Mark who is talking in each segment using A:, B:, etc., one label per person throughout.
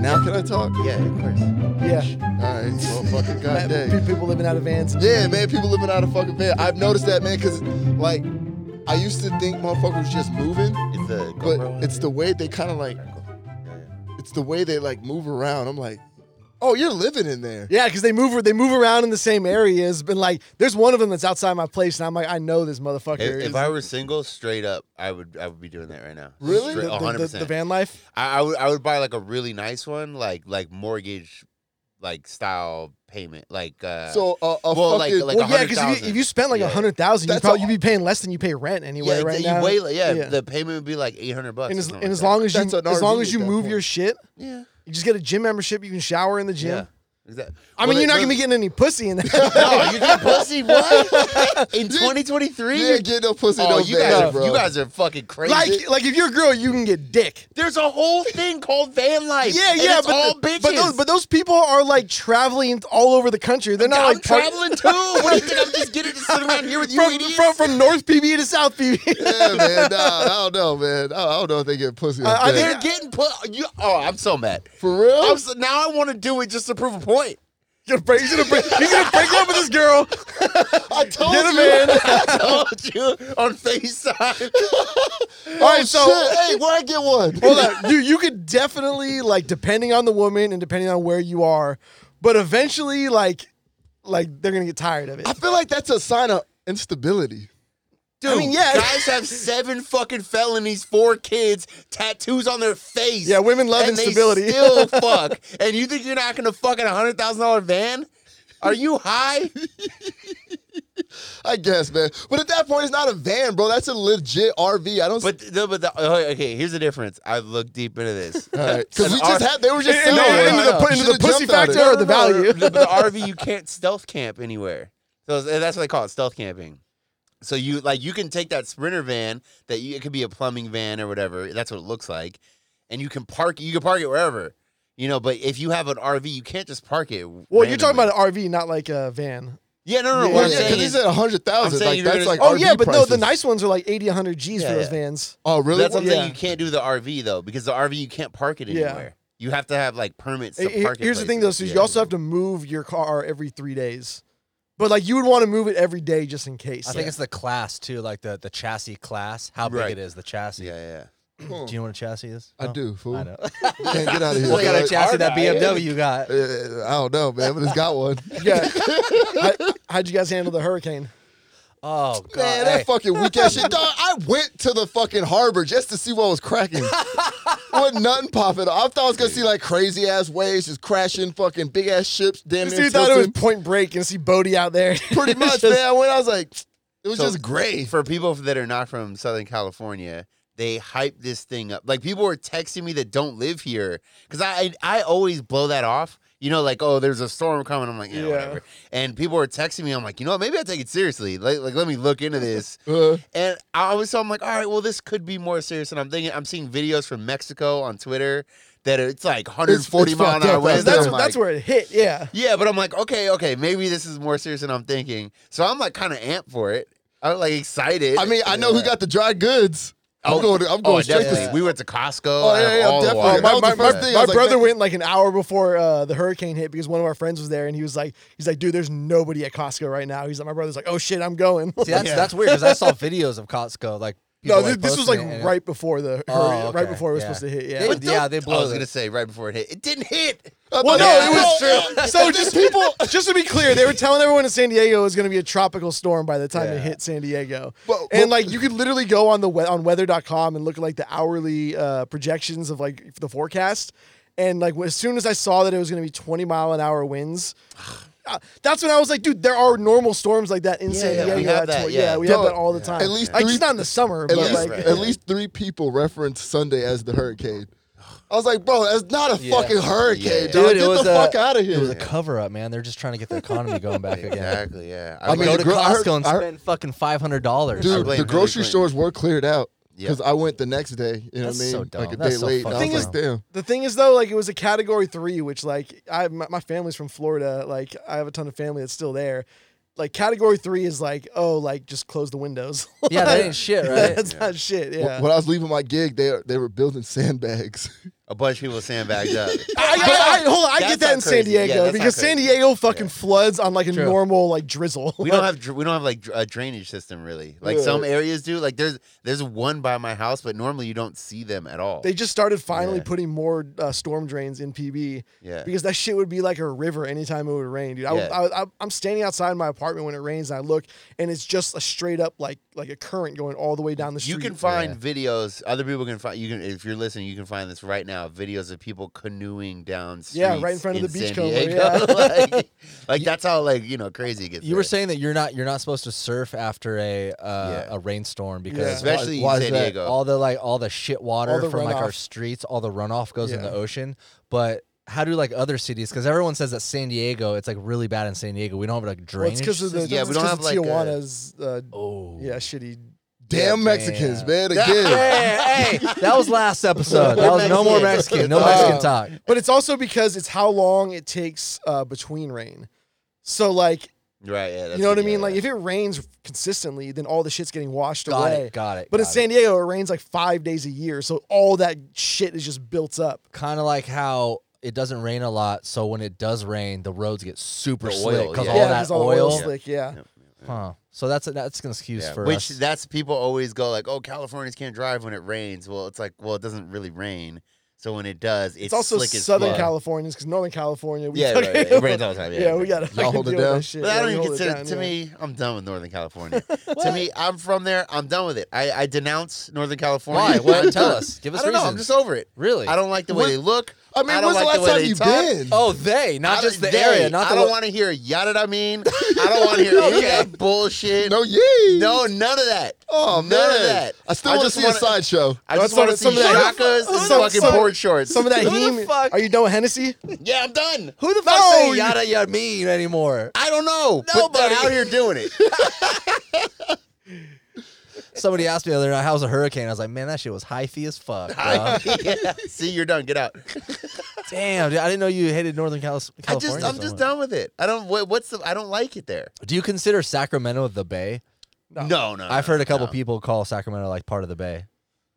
A: Now can I talk?
B: Yeah, of course.
C: Yeah.
A: All right. Well, fucking goddamn.
C: Pe- People living out of vans.
A: Yeah, man, people living out of fucking van. I've noticed that, man, because, like, I used to think motherfuckers was just moving,
B: It's the
A: but
B: GoPro one?
A: it's the way they kind of like,
B: Yeah, yeah.
A: it's the way they like move around. I'm like, oh, you're living in there.
C: Yeah, because they move they move around in the same areas. But like, there's one of them that's outside my place, and I'm like, I know this motherfucker.
B: If,
C: is-
B: if I were single, straight up, I would I would be doing that right now.
A: Really?
C: the,
B: Straight-
C: the-
B: a
C: the-
B: hundred
C: the
B: percent.
C: van life.
B: I, I would I would buy like a really nice one, like like mortgage, like style payment, like uh,
A: So uh, a
B: Well, like-
A: fucking
B: like
C: well, yeah, because if you,
B: 100,000.
C: if you spent like a
B: Yeah.
C: hundred thousand, you
A: That's
C: probably
A: all-
C: you'd be paying less than you pay rent
B: yeah,
C: anywhere right
B: you
C: now.
B: wait, like, yeah,
C: Yeah.
B: the payment would be like eight hundred bucks.
C: and as,
B: or
C: and
B: something
C: as
B: like
C: long as you
A: That's an
C: as
A: RV
C: long as
A: at
C: you
A: that
C: move
A: point.
C: your shit,
B: that. yeah,
C: you just get a gym membership. You can shower in the gym.
B: yeah, exactly.
C: I mean,
B: Well,
C: you're
B: they-
C: not gonna be getting any pussy in that.
B: No, you get pussy what in twenty twenty three?
A: you ain't getting no pussy. in
B: Oh,
A: those
B: you guys,
A: vans,
B: are,
A: bro.
B: you guys are fucking crazy.
C: like like if you're a girl, you can get dick.
B: there's a whole thing called van life.
C: Yeah,
B: and
C: yeah,
B: it's
C: but,
B: all
C: the-
B: bitches.
C: but those but those people are like traveling all over the country. They're not
B: I'm
C: like part-
B: traveling too. What do you think? I'm just getting to sit around here with you
C: from,
B: idiots.
C: from from North PB to South PB.
A: yeah, man. Nah, I don't know, man. I I don't know if they get pussy.
C: I-
A: up
C: I
A: there.
B: They're getting put. You, oh, I'm so mad.
A: for real.
B: I'm so, now I want to do it just to prove a point.
C: He's gonna break, he's gonna break, he's gonna break up with this girl.
A: I told
C: Get a
A: you.
C: man.
B: I told you on FaceTime.
C: All right, so
A: Oh, Shit, hey, where I get one?
C: hold on. You you could definitely like depending on the woman and depending on where you are, but eventually like like they're gonna get tired of it.
A: I feel like that's a sign of instability.
C: I mean, yeah.
B: Guys have seven fucking felonies, four kids, tattoos on their face.
C: Yeah, women love
B: and
C: instability.
B: They still fuck. And you think you're not gonna fuck in a hundred thousand dollar van? Are you high?
A: I guess, man. But at that point, it's not a van, bro. That's a legit RV. I don't.
B: But no, but the, oh, okay. Here's the difference. I looked deep into this.
A: because
B: An
A: we just
B: R-
A: had. They were just
C: And- and-
A: selling
B: and
A: it.
B: into the-
A: You
C: into the
A: should've
C: pussy
A: jumped at it.
C: factor or the value.
B: The, the RV you can't stealth camp anywhere. So it's- that's what they call it, stealth camping. So you like you can take that sprinter van that you, it could be a plumbing van or whatever. That's what it looks like, and you can park you can park it wherever, you know. But if you have an RV, you can't just park it.
C: Well, you're talking
B: randomly.
C: about an RV, not like a van.
B: yeah, no, no. no
C: Yeah,
B: what I'm
A: yeah,
B: saying
A: because he
B: is,
A: said a hundred
B: I'm
A: thousand.
B: saying
A: Like
B: you're
A: that's
B: gonna-
A: like
C: Oh
A: RV
C: yeah, but no,
A: prices.
C: the nice ones are like 80, 100 G's
B: Yeah,
C: for those
B: yeah.
C: vans.
A: Oh really?
B: that's what I'm
C: Yeah.
B: saying. You can't do the RV though because the RV you can't park it
C: Yeah.
B: anywhere. You have to have like permits to
C: Eh, eh,
B: park it.
C: Here's the thing though, so you also have to move your car every three days, but like you would want to move it every day just in case.
D: I think it's the class too, like the, the chassis class, how big
B: Right.
D: it is, the chassis.
B: Yeah, yeah.
D: Do you know what a chassis is?
A: I
D: No?
A: do. Fool.
D: I
A: I
D: know.
A: Can't get out of here.
D: what kind
A: dog.
D: of chassis that
B: guy.
D: BMW got?
A: Uh, I don't know, man, but it's got one.
C: Yeah. How, how'd you guys handle the hurricane?
D: Oh god,
A: Man,
D: hey.
A: that fucking weak ass shit, dog. I went to the fucking harbor just to see what was cracking. Wasn't nothing popping. I thought I was gonna see like crazy ass waves just crashing, fucking big ass ships. Damn
C: This
A: near
C: dude thought it was
A: tilting.
C: Point Break and see Bodie out there.
A: pretty much, man. I went, I was like, it was
B: So-
A: just gray.
B: for people that are not from Southern California, they hype this thing up. Like people were texting me that don't live here because I, I I always blow that off. You know, like oh, there's a storm coming. I'm like, yeah,
C: Yeah.
B: whatever. And people were texting me. I'm like, you know what? Maybe I take it seriously. Like, like let me look into this.
A: Uh,
B: And I was so I'm like, all right, well, this could be more serious. And I'm thinking, I'm seeing videos from Mexico on Twitter that it's like 140
A: it's
B: mile an
A: fucked
B: hour
A: up
B: winds.
A: out
C: that's,
A: there.
B: I'm like,
C: that's where it hit. Yeah.
B: yeah, but I'm like, okay, okay, maybe this is more serious than I'm thinking. So I'm like kind of amped for it. I'm like excited.
A: I mean, I know who
B: Yeah.
A: got the dry goods. I'm going. To, I'm
B: Oh,
A: going straight
B: definitely.
A: to.
B: We went to Costco.
A: Oh,
B: I
A: yeah,
B: have
A: yeah,
B: all the
A: definitely.
B: water.
A: That
C: my
A: was
C: my,
A: the first thing I
C: my
A: was like,
C: brother
A: man-
C: went like an hour before uh, the hurricane hit because one of our friends was there and he was like, he's like, dude, there's nobody at Costco right now. He's like, my brother's like, oh shit, I'm going.
D: See, that's that's weird because I saw videos of Costco like.
C: no,
D: people,
C: this, this was like
D: posting it, and it-
C: right before the
D: Oh,
C: hurricane, right
D: okay,
C: before it was
D: yeah.
C: supposed to hit.
D: They-
C: Yeah.
B: But
D: yeah,
B: don't-
D: they
B: I
D: blew
B: was
D: it.
B: gonna say right before it hit, it didn't hit.
A: I thought-
C: Well, no,
A: yeah,
C: it was
A: no,
B: true.
C: So just people, just to be clear, they were telling everyone in San Diego it was going to be a tropical storm by the time
D: Yeah.
C: it hit San Diego.
A: But-
C: and
A: but-
C: like you could literally go on the we- on weather.com and look at like the hourly uh, projections of like the forecast. And like as soon as I saw that it was going to be 20 mile an hour winds, uh, that's when I was like, dude, there are normal storms like that in San
B: yeah,
C: Diego.
B: we have
C: at
B: that,
C: tw-
B: yeah.
C: we have
A: Dog,
C: that all the time.
A: At least
C: like
A: three-
C: just not in the summer,
A: At
C: but
A: least,
C: like
B: right.
A: at least three people referenced Sunday as the hurricane. I was like, bro, that's not a
D: Yeah.
A: fucking hurricane, dog.
B: Yeah.
D: Dude, it
A: Get
D: was
A: the
D: a-
A: fuck out of here.
D: It was a cover up, man. They're just trying to get the economy going back again.
B: Exactly. Yeah.
A: I
B: I
A: mean,
B: mean,
D: Go to
A: gro- I heard-
D: Costco and
A: I heard-
D: spend fucking five hundred dollars.
A: Dude,
B: blame
A: the
B: Hillary
A: grocery
B: Clinton.
A: stores were cleared out
B: Yeah.
A: because I went the next day. You know
D: That's
A: what I mean?
D: so dumb.
A: Like a
D: That's
A: day
D: so
A: late. and I
D: fucking
A: was like, damn.
C: The thing is, though, like it was a Category Three, which like I my, my family's from Florida. Like I have a ton of family that's still there. Like Category Three is like oh like just close the windows.
D: yeah, that ain't shit, right?
C: that's not shit. Yeah.
A: When I was leaving my gig, they they were building sandbags.
B: a bunch of people sandbagged up.
C: I, I, I, hold on, I
B: That's
C: get that
B: not
C: in San
B: crazy. Yeah,
C: Diego
B: that's not
C: because San
B: crazy.
C: Diego fucking floods on like a
D: True.
C: normal like drizzle.
B: We don't have dr- we don't have like dr- a drainage system really. Like some areas do. Like there's there's one by my house, but normally you don't see them at all.
C: They just started finally
B: Yeah.
C: putting more uh, storm drains in PB
B: yeah.
C: because that shit would be like a river anytime it would rain, dude. I,
B: Yeah.
C: I, I, I'm standing outside my apartment when it rains and I look and it's just a straight up like like a current going all the way down the street.
B: You can find videos. Other people can find. You can if you're listening, you can find this right now. Videos of people canoeing down streets.
C: Yeah, right in front of the
B: San
C: beachcomber,
B: Diego. like, like, that's how like you know crazy it gets.
D: You were
B: there.
D: saying that you're not you're not supposed to surf after a uh,
B: Yeah.
D: a rainstorm because
C: Yeah.
B: Especially
D: why- why
B: in
D: is
B: San
D: that?
B: Diego.
D: all the like all the shit water
C: All the
D: from like our
C: runoff.
D: streets, all the runoff goes in
C: Yeah.
D: the ocean. But how do like other cities? Because everyone says that San Diego, it's like really bad in San Diego. We don't have like
C: Well, it's
D: drainage.
C: because of the
B: Yeah,
C: it's
B: we don't
C: 'cause
B: have,
C: of
B: like, a-
C: Tijuana's uh,
D: oh
C: yeah shitty.
A: Damn
D: Yeah,
A: Mexicans,
D: damn.
A: man. Again.
D: Hey, hey, that was last episode. That was no more Mexican, no
B: Oh.
D: Mexican talk.
C: But it's also because it's how long it takes uh, between rain. So like
B: right? Yeah, that's
C: you know what I
B: yeah,
C: mean? Like
B: yeah.
C: if it rains consistently, then all the shit's getting washed
D: Got
C: away.
D: it, got it.
C: But in
D: got it.
C: San Diego, it rains like five days a year, so all that shit is just built up.
D: kind of like how it doesn't rain a lot, so when it does rain, the roads get super
B: The
D: slick
B: oil,
D: because
B: yeah.
D: all
C: yeah,
D: that
C: 'cause all the oil's
D: oil.
C: slick. Yeah,
D: Huh. So that's a, that's an excuse
B: Yeah,
D: for
B: Which
D: us.
B: that's people always go like, oh, Californians can't drive when it rains. Well, it's like, well, it doesn't really rain. So when it does, it's,
C: it's also
B: slick as
C: Southern
B: fuck.
C: California's because Northern California, we
B: Yeah, right,
C: fucking-
B: right. it rains all the time. Yeah,
C: yeah, we gotta fucking
A: hold it
C: deal with
A: down?
C: that shit.
B: But I
C: Yeah,
B: don't
C: we
B: even
C: hold it
B: consider.
C: down,
B: to
C: yeah.
B: me, I'm done with Northern California. to me, I'm from there. I'm done with it. I, I denounce Northern
D: Why?
B: California.
D: What? Tell us. Give us
B: I don't know. I'm
D: reasons.
B: just over it.
D: Really?
B: I don't like the way they look.
A: I mean,
B: don't
A: when's the
B: like
A: last
B: way
A: time
B: they
A: you
B: talk.
A: been?
D: oh, they,
B: I
D: not
B: don't-
D: just the
B: they-
D: area, not
B: I
D: the
B: don't want to hear yada da mean. I don't want to hear any of that bullshit.
A: No, yay.
B: no, none of that.
A: Oh,
B: none
A: man.
B: of that.
A: I still
B: I
A: want to
B: just
A: see a
B: wanna-
A: sideshow.
B: I
C: That's
B: just want to see
C: some of that-
B: Shaka's and
C: some-
B: fucking
C: some-
B: board shorts.
C: Some of that
D: Who the
C: heme.
D: fuck-
C: Are you done with Hennessy?
B: Yeah, I'm done.
D: Who the fuck
C: No,
D: say
C: you-
D: yada yada mean anymore?
B: I don't know. But they're
D: Nobody.
B: out here doing it.
D: Somebody asked me the other night, "How's a hurricane?" I was like, "Man, that shit was hyphy as fuck." bro."
B: Yeah. See, you're done. Get out.
D: Damn, dude, I didn't know you hated Northern Cal-
B: I
D: California.
B: just, I'm just
D: so much.
B: done with it. I don't. What, what's the? I don't like it there.
D: Do you consider Sacramento the Bay?
B: No, no. no
D: I've heard a couple
B: no.
D: people call Sacramento like part of the Bay.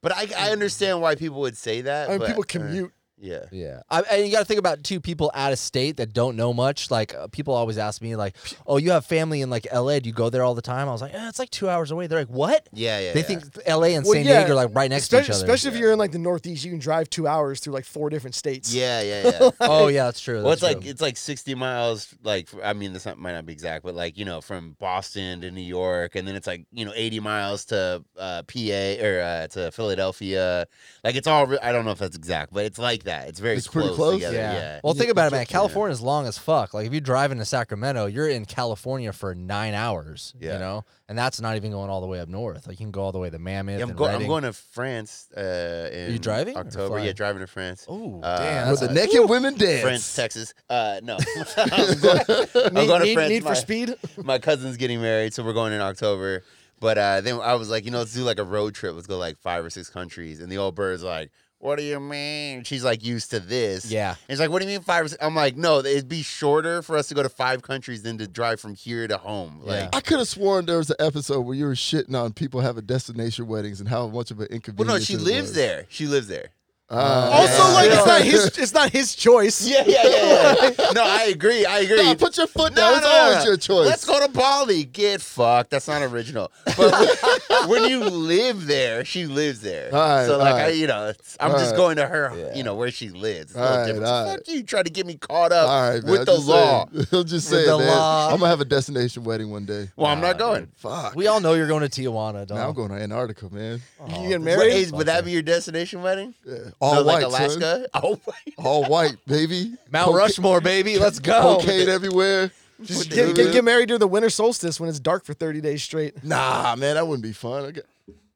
B: but I, I understand why people would say that.
C: I mean,
B: but,
C: people
B: uh,
C: commute.
B: yeah.
D: Yeah, I, and you got to think about two people out of state that don't know much. Like uh, people always ask me, like, "Oh, you have family in like L.A. Do you go there all the time?" I was like, eh, "It's like two hours away." They're like, "What?"
B: Yeah, yeah.
D: They
B: yeah.
D: think L.A. and
C: Well,
D: San
C: yeah,
D: Diego are like right next
C: Especially,
D: to each other.
C: especially if you're in like the Northeast, you can drive two hours through like four different states.
B: Yeah, yeah, yeah.
D: oh yeah, that's true.
B: well,
D: That's
B: it's like
D: true.
B: it's like 60 miles. Like I mean, this not, might not be exact, but like you know, from Boston to New York, and then it's like you know, 80 miles to uh, PA or uh, to Philadelphia. Like it's all. Re- I don't know if that's exact, but it's like that. It's very
A: It's pretty
B: close
A: close.
D: yeah.
B: together. Yeah.
D: Well, think about it, man.
B: Yeah.
D: California's long as fuck. Like if you drive into Sacramento, you're in California for nine hours.
B: Yeah.
D: You know, and that's not even going all the way up north. Like you can go all the way to Mammoth.
B: Yeah, I'm,
D: and
B: go- I'm
D: Redding.
B: going to France. Uh, in
D: driving or
B: October? Yeah,
D: flying?
B: driving to France.
D: Oh
B: Uh,
D: damn,
A: With
D: that's
A: the
D: a-
A: naked women dance.
B: France, Texas. Uh, no, I'm going, I'm
C: Need,
B: going to
C: need,
B: France.
C: need
B: My-
C: for speed.
B: my cousin's getting married, so we're going in October. But uh, then I was like, you know, let's do like a road trip. Let's go like five or six countries. And the old bird's like, what do you mean? She's like used to this.
D: Yeah.
B: And she's like, what do you mean five? Or six? I'm like, no, it'd be shorter for us to go to five countries than to drive from here to home. Like,
A: I could have sworn there was an episode where you were shitting on people having destination weddings and how much of an inconvenience.
B: well, no, she
A: it
B: lives
A: was.
B: there. She lives there.
A: Uh,
C: Oh. Also,
B: Yeah.
C: like it's not his it's not his choice.
B: Yeah, yeah, yeah. yeah. no, I agree. I agree.
A: Nah, put your foot down. it's always your choice.
B: Let's go to Bali. Get fucked. That's not original. But when- when you live there, she lives there.
A: All right,
B: so like
A: all
B: I,
A: right.
B: you know, it's, I'm just
A: right.
B: going to her, you know, where she lives. It's a
A: All
B: little
A: right,
B: different.
A: all
B: So
A: right.
B: Fuck you, trying to get me caught up
A: All right, man,
B: with
A: I'm
B: the
A: just
B: law.
A: saying. I'm just
D: With
A: saying,
D: the
A: man.
D: law.
A: I'm gonna have a destination wedding one day.
B: Well, I'm not
D: Nah,
B: going.
A: Fuck.
D: We all know you're going to Tijuana, dog. Oh,
A: Now I'm going to Antarctica, man.
C: You get
B: Wait,
C: married?
B: is- would that be your destination wedding?
A: Yeah. All
B: No,
A: white,
B: like
A: son.
B: Alaska? Oh, wait.
A: All white, baby.
D: Mount
A: Coca-
D: Rushmore, baby. Let's
B: Oh,
D: go.
A: Cocaine everywhere.
C: Just get, get, get married during the winter solstice when it's dark for 30 days straight.
A: Nah, man, that wouldn't be fun. I got,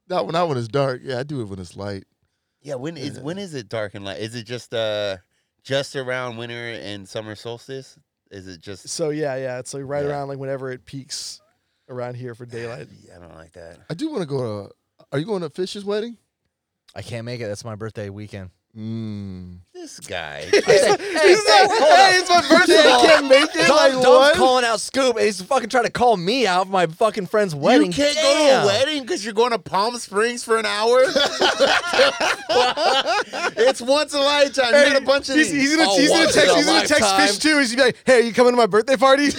A: not when I when it's dark. Yeah, I do it when it's light.
B: Yeah, when is when is it dark and light? Is it just uh just around winter and summer solstice? Is it just
C: So yeah, yeah, it's like right
B: Yeah.
C: around like whenever it peaks around here for daylight.
B: I don't like that.
A: I do want to go to. Are you going to Fish's wedding?
D: I can't make it. That's my birthday weekend.
A: Mm.
B: This guy.
C: He's like, hey, it's my birthday.
D: First of
C: I
D: all,
C: can't make it.
D: Dom,
C: like,
D: Dom's
C: what?
D: calling out Scoop, and he's fucking trying to call me out for my fucking friend's wedding.
B: You can't go to
D: Damn.
B: a wedding because you're going to Palm Springs for an hour. it's once a lifetime. You got a bunch of Oh,
C: he's,
B: these.
C: he's gonna, he's gonna
D: once
C: text.
D: in a
C: He's gonna text
D: lifetime.
C: Fish too. He's gonna be like, "Hey, you coming to my birthday party?"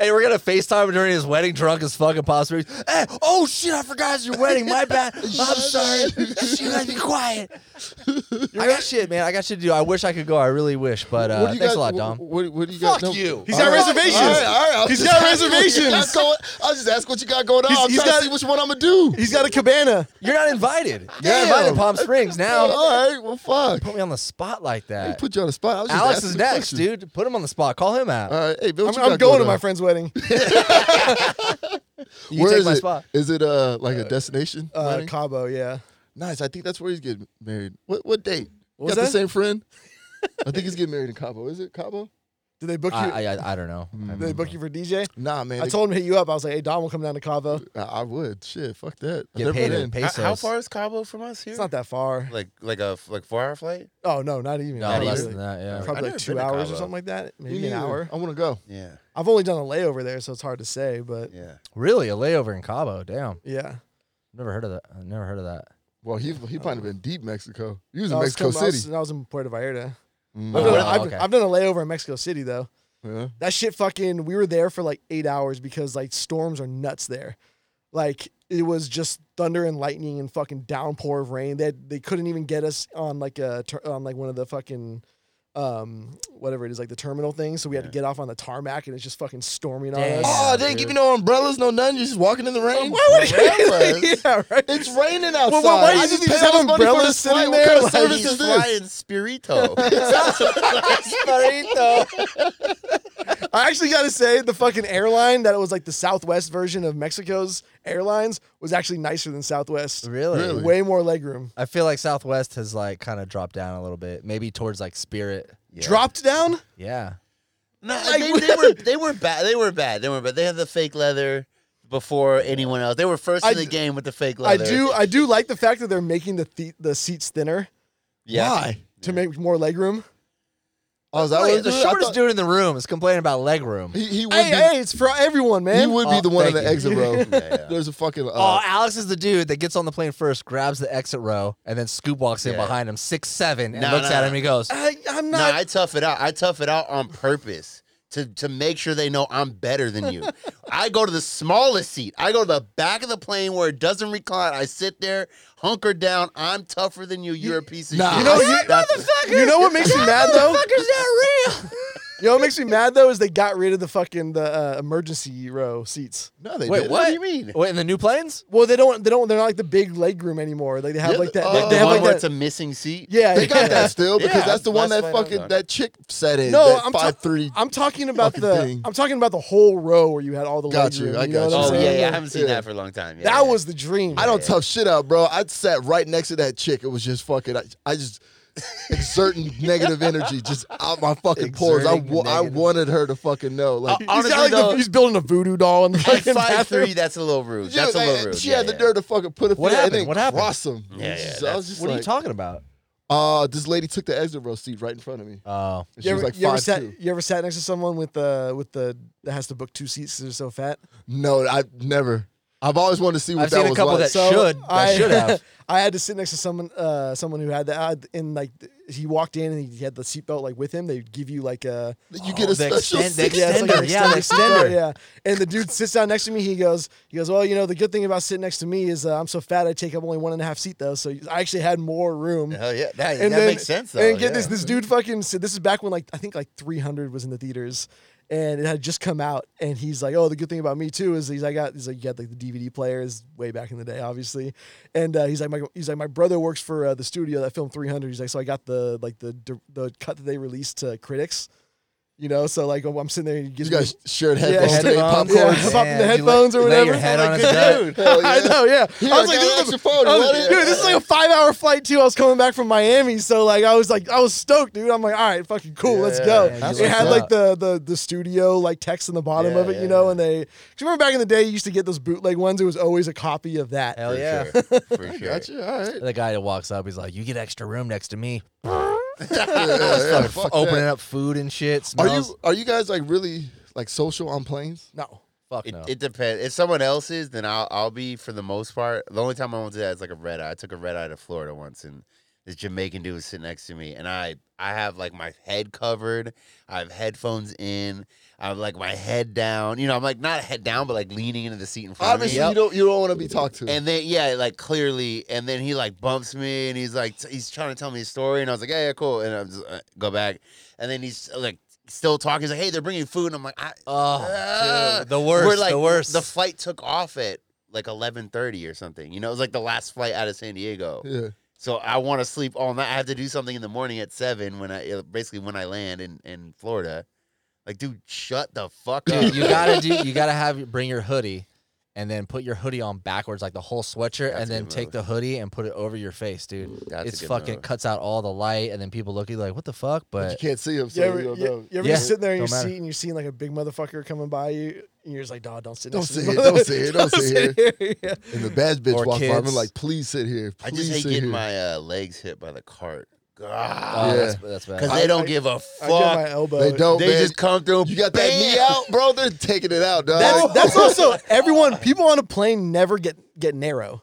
D: Hey, we're gonna FaceTime during his wedding, drunk as fucking possible. Hey, oh shit, I forgot it's your wedding. My bad. I'm sorry. You guys be quiet. I got shit, man. I got shit to do. I wish I could go. I really wish, but uh,
A: What do
D: thanks
A: you guys,
D: a lot,
A: wh-
D: Dom.
A: What, what do you
B: Fuck
A: got? No-
B: you.
C: He's
A: All
C: got
A: right,
C: reservations.
A: all right, all right. I'll
C: He's
A: just
C: got
A: ask you what you got
C: reservations.
A: going- I'll just ask what you got going on.
C: He's-
A: I'm
C: he's
A: trying
C: got-
A: to see which one I'm gonna do.
C: He's got a cabana.
D: You're not invited. You're not
A: Damn.
D: invited to Palm Springs now.
A: All right, well, fuck.
D: Put me on the spot like
A: I
D: that.
A: put you on the spot. I was just
D: Alex
A: asking
D: is
A: a
D: next,
A: question.
D: dude. Put him on the spot. Call him out.
A: All right, hey, Bill,
C: I'm,
A: what you
C: I'm
A: got
C: going to
A: on?
C: my friend's wedding.
D: you
A: Where
D: take
A: is
D: my
A: it?
D: spot.
A: Is it uh like a destination?
C: Uh,
A: wedding?
C: Cabo, yeah.
A: nice. I think that's where he's getting married. What what date?
C: What was
A: got
C: that?
A: the same friend? I think he's getting married in Cabo. Is it Cabo?
C: Did they book you?
D: I, I, I don't know.
C: did they book you for DJ?
A: Nah, man.
C: I
A: they-
C: told him to hit you up. I was like, "Hey, Dom will come down to Cabo.
A: I, I would. Shit, fuck that. I've
D: Get
A: never
D: paid
A: been.
D: in
B: How,
D: pesos.
B: how far is Cabo from us here?
C: It's not that far.
B: like like a like four hour flight.
C: Oh no, not even.
D: No,
B: Not
C: Probably
D: less
B: even.
D: than that. Yeah.
B: I've
C: Probably like
B: never
C: two
B: been to
C: hours or
B: Cabo.
C: something like that.
A: Me
C: Maybe an
A: neither.
C: hour.
A: I want to go.
B: Yeah,
C: I've only done a layover there, so it's hard to say. But
B: yeah.
D: Really, a layover in Cabo. Damn,
C: yeah,
D: never heard of that. I've never heard of that.
A: Well, he he probably been deep Mexico. He was
C: I
A: in
C: was
A: Mexico
C: coming- I was-
A: City.
C: I was in Puerto Vallarta.
A: Mm,
C: I've,
D: Oh,
C: done,
D: wow,
C: I've,
D: okay.
C: I've done a layover in Mexico City though.
A: yeah.
C: That shit fucking. We were there for like eight hours because like storms are nuts there. Like it was just thunder and lightning and fucking downpour of rain. They had, they couldn't even get us on like a ter- on like one of the fucking um whatever it is like the terminal thing. So we had to get off on the tarmac and it's just fucking storming on
D: Damn.
C: us.
A: Oh, they didn't give you no umbrellas, no nothing. You're just walking in the rain. Umbrellas?
C: yeah, right.
A: It's raining outside.
C: why do you
A: I
C: think
A: just
C: they
A: paid
C: have
A: all this money for
C: umbrellas
A: this
C: sitting
A: flight.
C: there?
A: What kind of
C: Like,
A: service
B: He's
A: is this?
B: flying Spirito.
C: I actually gotta say, the fucking airline that it was like the Southwest version of Mexico's airlines was actually nicer than Southwest.
D: Really?
A: Really?
C: Way more legroom.
D: I feel like Southwest has like kind of dropped down a little bit, maybe towards like Spirit.
B: Yeah.
C: Dropped down.
D: Yeah.
B: No, they, they were they were bad. They were bad. They were bad. They had the fake leather before anyone else. They were first
C: I
B: in the
C: d-
B: game with the fake
C: I
B: leather.
C: do. I do like the fact that they're making the the, the seats thinner
B: Yeah.
A: Why?
C: to make more legroom.
A: Oh, is that what
D: Wait,
A: it
D: the
A: was? I
D: shortest
A: thought-
D: dude in the room is complaining about leg room.
A: He, he would
C: Hey,
A: be,
C: hey, it's for everyone,
A: he
C: man.
A: would be
D: Oh,
A: the one in
D: thank
A: the exit
D: you.
A: row.
B: yeah.
A: There's a fucking. Uh,
D: oh, Alex is the dude that gets on the plane first, grabs the exit row, and then Scoop walks in
B: Yeah.
D: behind him, six seven, and
B: No,
D: looks
B: no, no.
D: at him. and He goes,
C: I, I'm
B: No,
C: not.
B: I tough it out. I tough it out on purpose to to make sure they know I'm better than you. I go to the smallest seat. I go to the back of the plane where it doesn't recline. I sit there, hunker down. I'm tougher than you. You're a piece of
A: Nah.
B: shit.
A: You know,
C: you-
B: That's-
C: you know what makes me mad though?
D: "Motherfucker's not
C: You know what makes me mad though is they got rid of the fucking the uh, emergency row seats.
A: no, they
D: real." Wait,
A: didn't.
D: what?
B: do you mean?
D: Wait, in the new planes?
C: Well, they don't. They don't. They're not like the big legroom anymore. Like they have
A: Yeah,
C: like that.
A: uh,
C: like,
B: the
C: they have
B: one
C: like
B: where
C: that.
B: it's a missing seat.
C: yeah,
A: They got
C: yeah.
A: that still because
B: Yeah,
A: that's the one
B: last
A: that
B: flight I was
A: fucking
B: on.
A: that chick sat in.
C: No,
A: that
C: I'm,
A: five
C: ta-
A: three.
C: I'm talking about
A: fucking
C: the.
A: thing.
C: I'm talking about the whole row where you had all the.
A: Got
C: legroom,
A: you, I
C: know
A: got
C: what I'm
B: Oh
A: you.
B: yeah,
C: saying?
B: yeah. I
C: Like,
B: haven't seen
A: Yeah.
B: that for a long time. Yeah,
C: that
B: yeah.
C: was the dream.
A: I don't tough shit out, bro. I sat right next to that chick. It was just fucking. I, I just exerting negative energy just out my fucking pores. I,
D: Exerting
A: wa- I
D: negative-
A: wanted her to fucking know. Like,
B: Uh,
C: He's, got,
B: Honestly,
C: like, the,
B: though-
C: he's building a voodoo doll in the
B: At
C: fucking
B: five
C: bathroom.
B: three, that's a little rude.
A: Yeah,
B: That's a
A: I-
B: little rude.
A: She
B: Yeah,
A: had the
B: yeah.
A: nerve to fucking put it
D: What
A: through
D: happened?
A: and then
D: What happened?
A: cross him.
B: Yeah, yeah,
A: So I
B: that's-
A: was just
D: What are
A: like,
D: you talking about?
A: Uh, this lady took the exit row seat right in front of me.
D: Oh,
A: And she
C: You ever,
A: was like
C: you ever
A: five
C: sat?
A: two.
C: You ever sat next to someone with the with the that has to book two seats 'cause they're so fat?
A: No, I never. I've always wanted to see what
D: I've
A: that
D: seen a
A: was
D: couple
A: like.
D: that- should- that should have.
C: I had to sit next to someone, uh, someone who had that, I had- and like th- he walked in and he had the seatbelt like with him. They give you like a
A: you get a
D: the
A: special
D: extend- the
A: seat.
C: it's
D: Extender,
C: an
D: yeah, the extender.
C: yeah. And the dude sits down next to me. He goes, he goes, well, you know, the good thing about sitting next to me is uh, I'm so fat. I take up only one and a half seat though, so I actually had more room.
B: Hell yeah, that,
C: And
B: that
C: then-
B: makes sense though.
C: And get
B: yeah.
C: this, this dude fucking said this is back when like I think like 300 was in the theaters, and it had just come out. And he's like, oh, the good thing about me too is he's I got he's like you got like the DVD players way back in the day, obviously. And uh, he's like my he's like my brother works for uh, the studio that filmed 300. He's like, so I got the like the the cut that they released to critics. You You know, so like I'm sitting there, and he gives
A: You
C: me
A: guys shared headphones
C: Yeah,
A: today,
C: headphones.
A: popcorn.
C: Yeah. Pop in the
D: Man, you
C: headphones
D: lay-
C: or
D: you lay your
C: whatever.
D: head
B: I'm
D: on
B: like,
D: his gut.
B: dude.
A: Hell yeah.
C: I know, yeah.
A: Here,
C: I was
A: I got an
C: like, this
A: extra
C: is,
A: phone,
C: I was-
A: what is-
C: dude, this is like a five hour flight too. I was coming back from Miami, so like I was like, I was stoked, dude. I'm like, all right, fucking cool,
A: Yeah,
C: let's
A: yeah,
C: go.
A: yeah,
D: that's
C: it
D: what's
C: had like
D: up.
C: the the the studio like text in the bottom
B: Yeah,
C: of it,
B: yeah,
C: you know,
B: yeah.
C: and they. Cause you remember back in the day, you used to get those bootleg ones. It was always a copy of that.
D: Hell
B: For
D: yeah.
B: sure. For sure.
A: Gotcha. All right.
D: The guy that walks up, he's like, "You get extra room next to me."
A: Yeah, yeah,
D: Fucking
A: fuck
D: opening
A: that.
D: up food and shit.
A: Are
D: Smells.
A: you are you guys like really like social on planes?
C: No,
D: Fuck
B: It,
D: no.
B: it depends. If someone else is, then I'll I'll be for the most part. The only time I won't do that is like a red eye. I took a red eye to Florida once, and this Jamaican dude was sitting next to me, and I I have like my head covered, I have headphones in, I have like my head down. You know, I'm like not head down, but like leaning into the seat in front
A: Obviously,
B: of me.
A: you don't you don't want to be talked to.
B: And then yeah, like clearly, and then he like bumps me, and he's like t- he's trying to tell me his story, and I was like, yeah, yeah, cool, and I just uh, go back, and then he's like still talking. He's like, hey, they're bringing food, and I'm like, I,
D: oh,
B: Ah.
D: dude, the worst.
B: We're like
D: the worst.
B: The flight took off at like eleven thirty or something. You know, it was like the last flight out of San Diego.
A: yeah.
B: So I want to sleep all night. I have to do something in the morning at seven when I uh, basically when I land in in Florida. Like, dude, shut the fuck up.
D: Dude, you gotta do. You gotta have bring your hoodie, and then put your hoodie on backwards, like the whole sweatshirt,
B: That's
D: and
B: a
D: then
B: good
D: take
B: move.
D: the hoodie and put it over your face, dude.
B: That's a
D: it's
B: good
D: fucking
B: move.
D: cuts out all the light, and then people look at you like, "What the fuck?"
A: But you
D: But
A: can't see them, so
C: you ever,
A: you
C: you,
A: don't know.
C: you ever
D: Yeah.
C: just sitting there in your
D: Don't matter.
C: seat and you're seeing like a big motherfucker coming by you, and you're just like, dog, don't sit
A: Don't
C: next to
A: sit
C: this
A: here, don't
C: motherfucker.
A: sit here, don't sit
C: here. Yeah.
A: And the bad bitch
D: Or
A: walked by and
D: kids.
A: like, please sit here.
B: I
A: Please
B: just hate
A: sit
B: getting
A: here.
B: my uh, legs hit by the cart.
D: oh,
A: Yeah.
B: God,
D: that's, that's bad.
B: because
A: I-
B: they don't
C: Uh, I-
B: give a
C: I get my
B: fuck.
C: elbow.
A: they don't
B: They
A: man.
B: just come through.
A: you got that
B: bam!
A: knee out, bro. They're taking it out, dog.
C: That's, that's also everyone. People on a plane never get get narrow.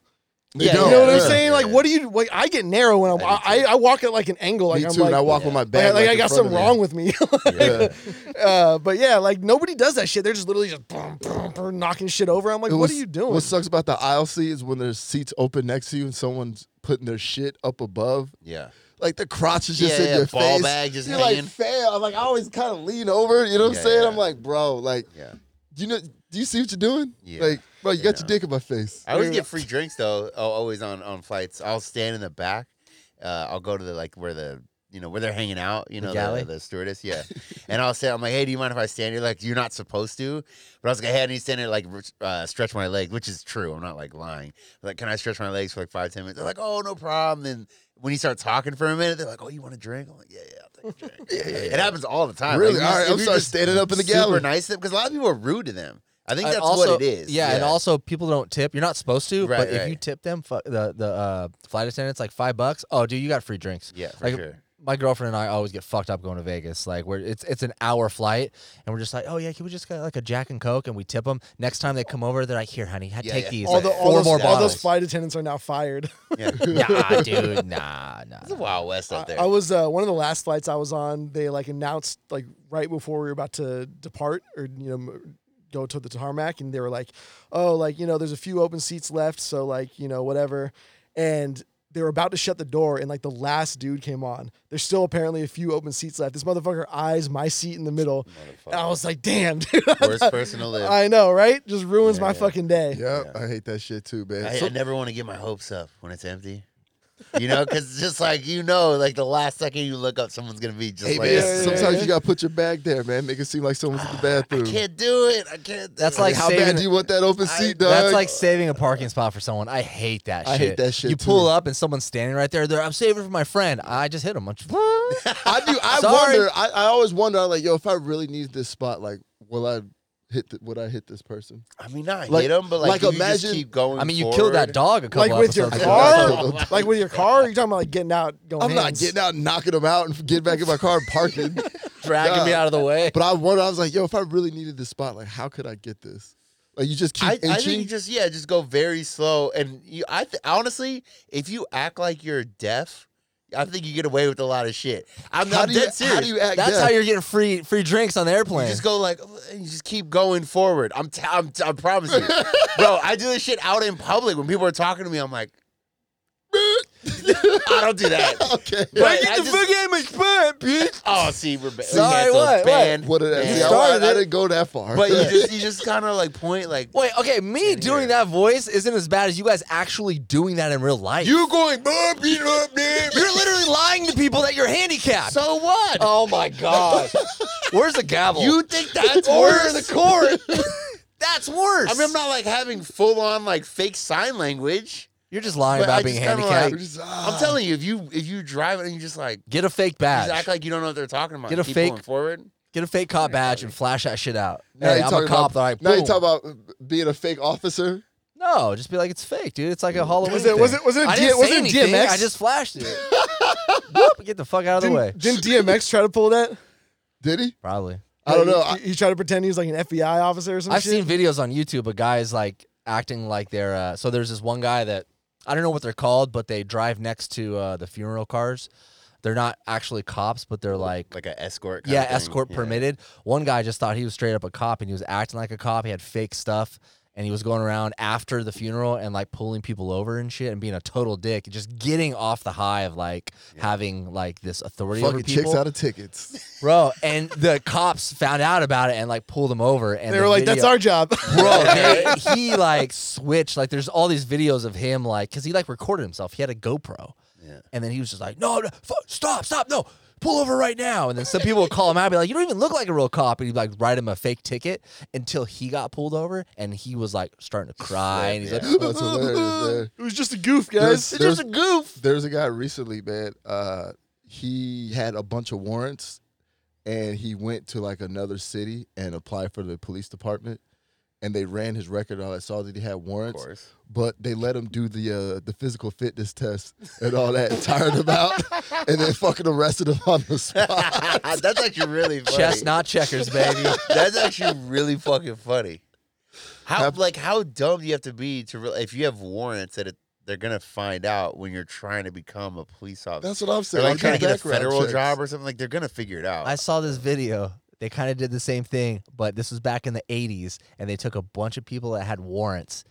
A: They
B: Yeah,
A: don't.
C: You know what I'm
A: Yeah.
C: saying? Like,
B: yeah.
C: what do you like? I get narrow when I'm,
B: I
C: I, I walk at like an angle. Like
A: Me
C: I'm
A: too,
C: like,
A: and I walk
B: yeah.
A: with my
C: like,
A: back.
C: like,
A: in
C: I got
A: front of
C: something
A: me.
C: wrong with me.
A: Yeah.
C: uh, but yeah, like nobody does that shit. They're just literally just boom, boom, boom, knocking shit over. I'm like,
A: It
C: what
A: was-
C: are you doing?
A: What sucks about the aisle seat is when there's seats open next to you and someone's putting their shit up above.
B: Yeah.
A: Like the crotch is just
B: Yeah,
A: in
B: yeah,
A: your
B: ball
A: face.
B: bag just
A: You're
B: hanging.
A: like, fail. I'm like, I always kind of lean over. You know what
B: Yeah,
A: I'm saying?
B: yeah.
A: I'm like, bro, like,
B: Yeah.
A: do you know? Do you see what you're doing?
B: Yeah.
A: Like, bro, you got
B: Yeah.
A: your dick in my face.
B: I always
C: Yeah.
B: get free drinks though. al- Always on on flights. I'll stand in the back. Uh, I'll go to the like where the you know where they're hanging out. You
D: The
B: know
D: galley?
B: the, the stewardess, yeah. and I'll say I'm like, hey, do you mind if I stand here? Like you're not supposed to, but I was like, hey, I need to stand here like r- uh, stretch my legs, which is true. I'm not like lying. Like, can I stretch my legs for like five ten minutes? They're like, oh, no problem. Then when you start talking for a minute, they're like, oh, you want a drink? I'm like, yeah, yeah, I'll take a drink. It happens all the time.
A: Really?
B: Like, if you-
A: All right,
B: if
A: I'm
B: you're
A: sorry.
B: just
A: Standing up in the
B: super
A: gallery.
B: nice to them because a lot of people are rude to them. I think
D: And
B: that's
D: also-
B: what it is.
D: Yeah, and also people don't tip. You're not supposed to,
B: Right,
D: but if
B: right.
D: you tip them, fu- the the uh, flight attendants like five bucks. Oh, dude, you got free drinks.
B: yeah, for
D: like,
B: sure.
D: My girlfriend and I always get fucked up going to Vegas. Like where it's it's an hour flight, and we're just like, oh yeah, can we just get like a Jack and Coke, and we tip them. Next time they come over, they're like, here, honey, ha-
B: Yeah,
D: take
B: yeah.
D: these.
C: all,
D: like,
C: the,
D: four
C: all, those,
D: more
C: all
D: bottles.
C: those flight attendants are now fired.
B: Yeah.
D: nah, dude, nah, nah.
B: It's a wild west up there.
C: I was uh, one of the last flights I was on. They like announced like right before we were about to depart or you know m- go to the tarmac, and they were like, "Oh, like you know, there's a few open seats left, so like you know whatever," and. They were about to shut the door, and like the last dude came on. There's still apparently a few open seats left. This motherfucker eyes my seat in the middle. And I was like, "Damn, dude!"
B: Worst person to live. I,
C: I know, right? Just ruins
B: Yeah,
C: my
B: yeah.
C: fucking day.
A: Yeah, I hate that shit too, man.
B: I
A: So-
B: never want to get my hopes up when it's empty. You know, because just like you know, like the last second you look up, someone's gonna be just
A: Hey
B: like,
A: man,
C: yeah,
A: sometimes
C: yeah.
A: you gotta put your bag there, man. Make it seem like someone's at the
B: I
A: bathroom.
B: can't do it. I can't. do
D: That's
B: it."
D: like
A: How
D: saving-
A: bad do you want that open seat, dog?
D: That's like saving a parking spot for someone. I hate that shit.
A: I hate that shit,
D: You pull
A: too.
D: up and someone's standing right there. They're, I'm saving for my friend. I just hit him. I'm just-
A: I do. I
D: Sorry.
A: wonder. I, I always wonder. I'm like, yo, if I really need this spot, like, will I hit? The, would I hit this person?
B: I mean, not
A: like-
B: hit them, but like,
A: like,
B: if you just
A: imagine-
B: keep going.
D: I mean, you killed that
B: forward-
D: dog a couple
C: Like with your
D: episodes ago.
C: car, like with your car. You're talking about like getting out,
B: Oh,
C: going.
A: I'm not
C: hands.
A: getting out, and knocking them out, and getting back in my car and parking.
D: dragging me
A: Nah.
D: out of the way.
A: but I wonder. I was like, yo, if I really needed this spot, like, how could I get this? Like, you just keep
B: I,
A: inching.
B: I think just yeah, just go very slow. And you, I th- honestly, if you act like you're deaf, I think you get away with a lot of shit. I'm,
A: how
B: I'm
A: do
B: dead
A: you?
B: serious.
A: How do you act?
D: That's
A: deaf?
D: how you're getting free free drinks on the airplane.
B: You just go like, and you just keep going forward. I'm, t- I'm, t- I promise you, bro. I do this shit out in public when people are talking to me. I'm like, I don't do that.
A: Okay.
B: But I just-
D: game is fun, bitch.
B: oh, see, we're ba-
D: Sorry,
B: canceled,
D: what, what?
B: banned,
A: What did I
B: banned.
A: see? I, I, I
D: started it.
A: didn't go that far.
B: But you just you just kind of like point like
D: Wait, okay, me doing that voice isn't as bad as you guys actually doing that in real life.
B: you going bub beat up there.
D: You're literally lying to people that you're handicapped.
B: So what?
D: oh my gosh. Where's the gavel?
B: You think that's
D: Where's the
B: worse?
D: court? That's worse.
B: I mean, I'm not like having full on like fake sign language.
D: You're just lying
B: But
D: about
B: I
D: being
B: just kinda
D: handicapped.
A: We're
B: like-
A: just,
B: I'm
A: ah.
B: telling you, if you if you drive it and you just like you
D: Get a fake
B: just
D: badge.
B: act like you don't know what they're talking about,
D: Get
B: and
D: a
B: keep
D: fake-
B: going forward.
D: Get a fake cop badge and flash that shit out.
A: Now
D: hey,
A: you
D: I'm a
A: talking
D: cop.
A: About,
D: all right,
A: now you
D: boom.
A: talk about being a fake officer.
D: No, just be like it's fake, dude. It's like a Halloween.
C: Was it- was it- was it a
D: I
C: D-
D: didn't
C: was
D: say
C: it a
D: anything.
C: DMX?
D: I just flashed it. Whoop, get the fuck out of the way.
C: Didn't, didn't DMX try to pull that?
A: Did he?
D: Probably.
A: I don't know. I,
C: He, he tried to pretend he was like an FBI officer or some
D: I've
C: shit.
D: seen videos on YouTube of guys like acting like they're. Uh, so there's this one guy that I don't know what they're called, but they drive next to uh, the funeral cars. They're not actually cops, but they're like
B: Like an escort.
D: yeah, escort permitted. One guy just thought he was straight up a cop and he was acting like a cop. He had fake stuff and he was going around after the funeral and like pulling people over and shit and being a total dick, just getting off the high of like having like this authority over
A: fucking chicks
D: people.
A: out of tickets.
D: Bro, and the cops found out about it and like pulled him over and
C: They
D: the
C: were like, "That's
D: video-
C: our job."
D: Bro, they- he like switched. Like, there's all these videos of him, like, because he like recorded himself. He had a GoPro.
B: Yeah.
D: And then he was just like, no, no fu- stop, stop, no, pull over right now. And then some people would call him out and be like, you don't even look like a real cop. And he'd like write him a fake ticket until he got pulled over and he was like starting to cry. And he's like,
A: oh, That's hilarious, man.
C: it was just a goof,
A: There's-
C: guys.
A: It's just a
C: goof.
A: There's a guy recently, man. Uh, he had a bunch of warrants, and he went to like another city and applied for the police department, and they ran his record. and All I saw that he had
B: Of
A: warrants,
B: course.
A: but they let him do the uh, the physical fitness test and all that, and tired him out, and then fucking arrested him on the spot.
B: That's actually really funny.
D: chess, not checkers, baby.
B: That's actually really fucking funny. How
A: Have-
B: like how dumb do you have to be to real if you have warrants that it, they're gonna find out when you're trying to become a police officer?
A: That's what I'm
B: they're
A: saying.
B: like
A: do
B: trying to get a
A: background
B: federal
A: checks.
B: job or something. Like they're gonna figure it out.
D: I saw this video. They kind of did the same thing, but this was back in the 80s, and they took a bunch of people that had warrants.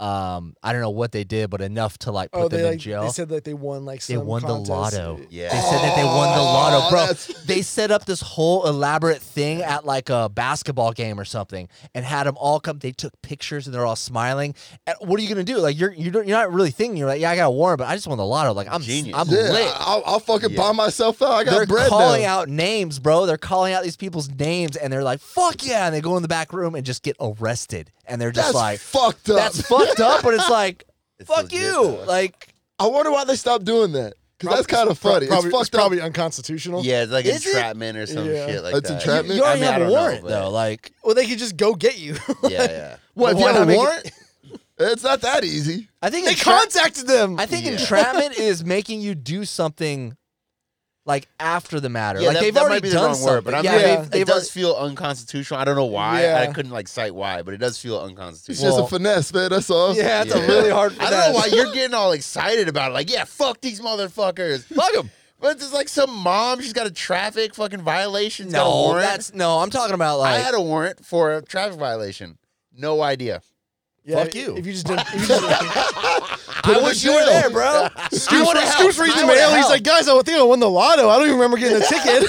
D: Um, I don't know what they did, but enough to like put
C: Oh,
D: them
C: they
D: in
C: like
D: jail.
C: they said like they won like
D: They
C: some
D: won
C: contest.
D: the lotto.
B: Yeah.
D: They said that they won the lotto,
A: Oh,
D: bro.
A: that's-
D: They set up this whole elaborate thing at like a basketball game or something, and had them all come. They took pictures and they're all smiling. And what are you gonna do? Like you're you're, don't- you're not really thinking. You're like, yeah, I got a warrant, but I just won the lotto. Like I'm
B: Genius.
D: I'm
A: Yeah,
D: lit.
A: I'll, I'll fucking
B: Yeah.
A: buy myself out. I got
D: They're
A: bread
D: calling
A: now.
D: out names, bro. They're calling out these people's names, and they're like, "Fuck yeah!" And they go in the back room and just get arrested, and they're just
A: That's
D: like,
A: fucked up.
D: "That's fucked up," but it's like,
B: It's
D: "Fuck
B: legit,
D: you!"
B: though.
D: Like,
A: I wonder why they stopped doing that. Because that's kind of
C: Pro-
A: funny.
C: Probably,
A: it's fucked up.
C: probably unconstitutional.
B: yeah, it's like
D: Is it?
B: entrapment or some
C: Yeah.
B: shit like
A: It's
B: that.
A: entrapment?
D: you already
B: I mean, I
D: have a
B: don't know,
D: warrant
B: but-
D: though. Like,
C: Well, they could just go get you.
B: yeah, yeah.
A: What, if you
C: Why
A: have
C: not
A: a
C: make it-
A: warrant? It's not that easy.
D: I think
C: they
D: it's tra-
C: contacted them.
D: I think
B: Yeah.
D: entrapment is making you do something like after the matter.
B: Yeah,
D: like
B: that,
D: they've
B: that
D: already
B: might be the
D: done
B: wrong
D: something.
B: word, but I'm
D: yeah,
B: not-
C: Yeah.
D: they've,
B: it
D: they've
B: does feel unconstitutional. I don't know why. and
C: Yeah.
B: I couldn't like cite why, but it does feel
A: It's
B: unconstitutional.
A: just a finesse, man. That's all.
D: yeah, it's
B: Yeah.
D: a really hard.
B: I don't know why
D: finesse.
B: you're getting all excited about it. Like, yeah, fuck these motherfuckers.
D: Fuck 'em.
B: But it's just like some mom. She's got a traffic fucking violation. she's got a
D: No,
B: warrant.
D: that's no. I'm talking about
B: I
D: like
B: had a warrant for a traffic violation. No idea.
C: Yeah,
D: fuck you.
C: If you just didn't, if you just,
A: Put
D: I
A: him
D: wish
A: in
D: you were
A: jail.
D: there, bro.
C: Scoots,
D: wanna help.
C: Scoots reads
D: I
C: the
D: wanna
C: mail. He's
D: help.
C: like, guys, I think I won the lotto. I don't even remember getting a ticket.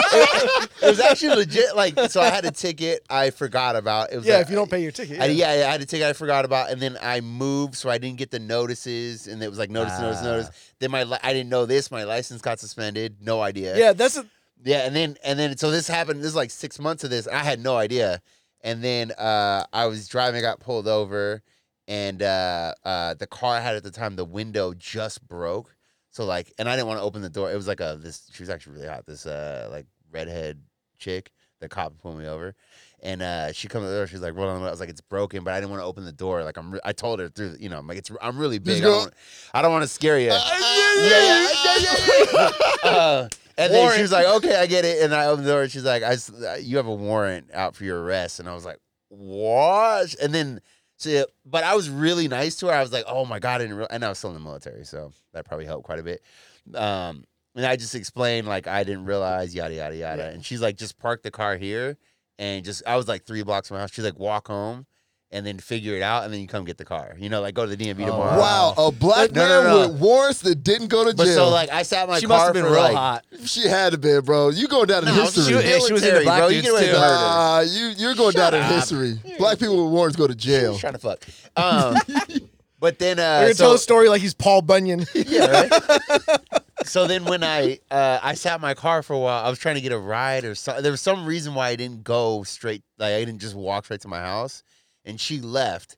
B: It was actually legit. Like, so I had a ticket I forgot about. It was
C: yeah,
B: like-
C: if you don't pay your ticket.
B: I, yeah, I had a ticket I forgot about, and then I moved, so I didn't get the notices, and it was like notice, notice,
D: Ah.
B: notice. Then my li- I didn't know this. My license got suspended. No idea.
C: yeah, that's a,
B: Yeah, and then and then so this happened. This is like six months of this. And I had no idea, and then uh, I was driving, I got pulled over, and uh, uh, the car I had at the time, the window just broke. So like, and I didn't want to open the door. It was like a this. She was actually really hot. This uh, like redhead chick. The cop pulled me over, and uh, she comes over. She's like, "Roll on." the window." I was like, "It's broken," but I didn't want to open the door. Like I'm, re- I told her through. You know, I'm like, "It's, I'm really big. I
A: go- Ah.
B: don't, wanna- I don't want to scare you."
A: yeah,
B: Uh, and then she
C: Warrant.
B: was like, "Okay, I get it." And I opened the door. And she's like, I, s- uh, "You have a warrant out for your arrest." And I was like, "What?" And then, so, but I was really nice to her. I was like, "Oh my god!" I didn't real- and I was still in the military, so that probably helped quite a bit. Um, and I just explained like I didn't realize yada yada yada.
C: Yeah.
B: And she's like, "Just park the car here." And just I was like three blocks from my house. She's like, "Walk home." and then figure it out, and then you come get the car. You know, like go to the DMV tomorrow.
A: Wow, a black
B: Like, no,
A: man
B: no, no.
A: with warrants that didn't go to
B: But
A: jail.
B: so like I sat in my
D: she
B: car
D: must have been
B: for
D: real
B: like,
D: hot.
A: she had to be, bro. You going down in
B: No,
A: history.
B: she was-
D: Yeah, she was into
B: military,
D: black
B: bro. You
D: dudes
B: get away
D: too.
B: with murder.
A: Nah, you you're going down in
B: up.
A: history. Black people with warrants go to jail.
D: Uh,
B: Trying to fuck. Um, but then uh,
C: You're gonna
B: so,
C: tell a story like he's Paul Bunyan.
B: so then when I uh, I sat in my car for a while, I was trying to get a ride or something. There was some reason why I didn't go straight. Like I didn't just walk straight to my house, and she left.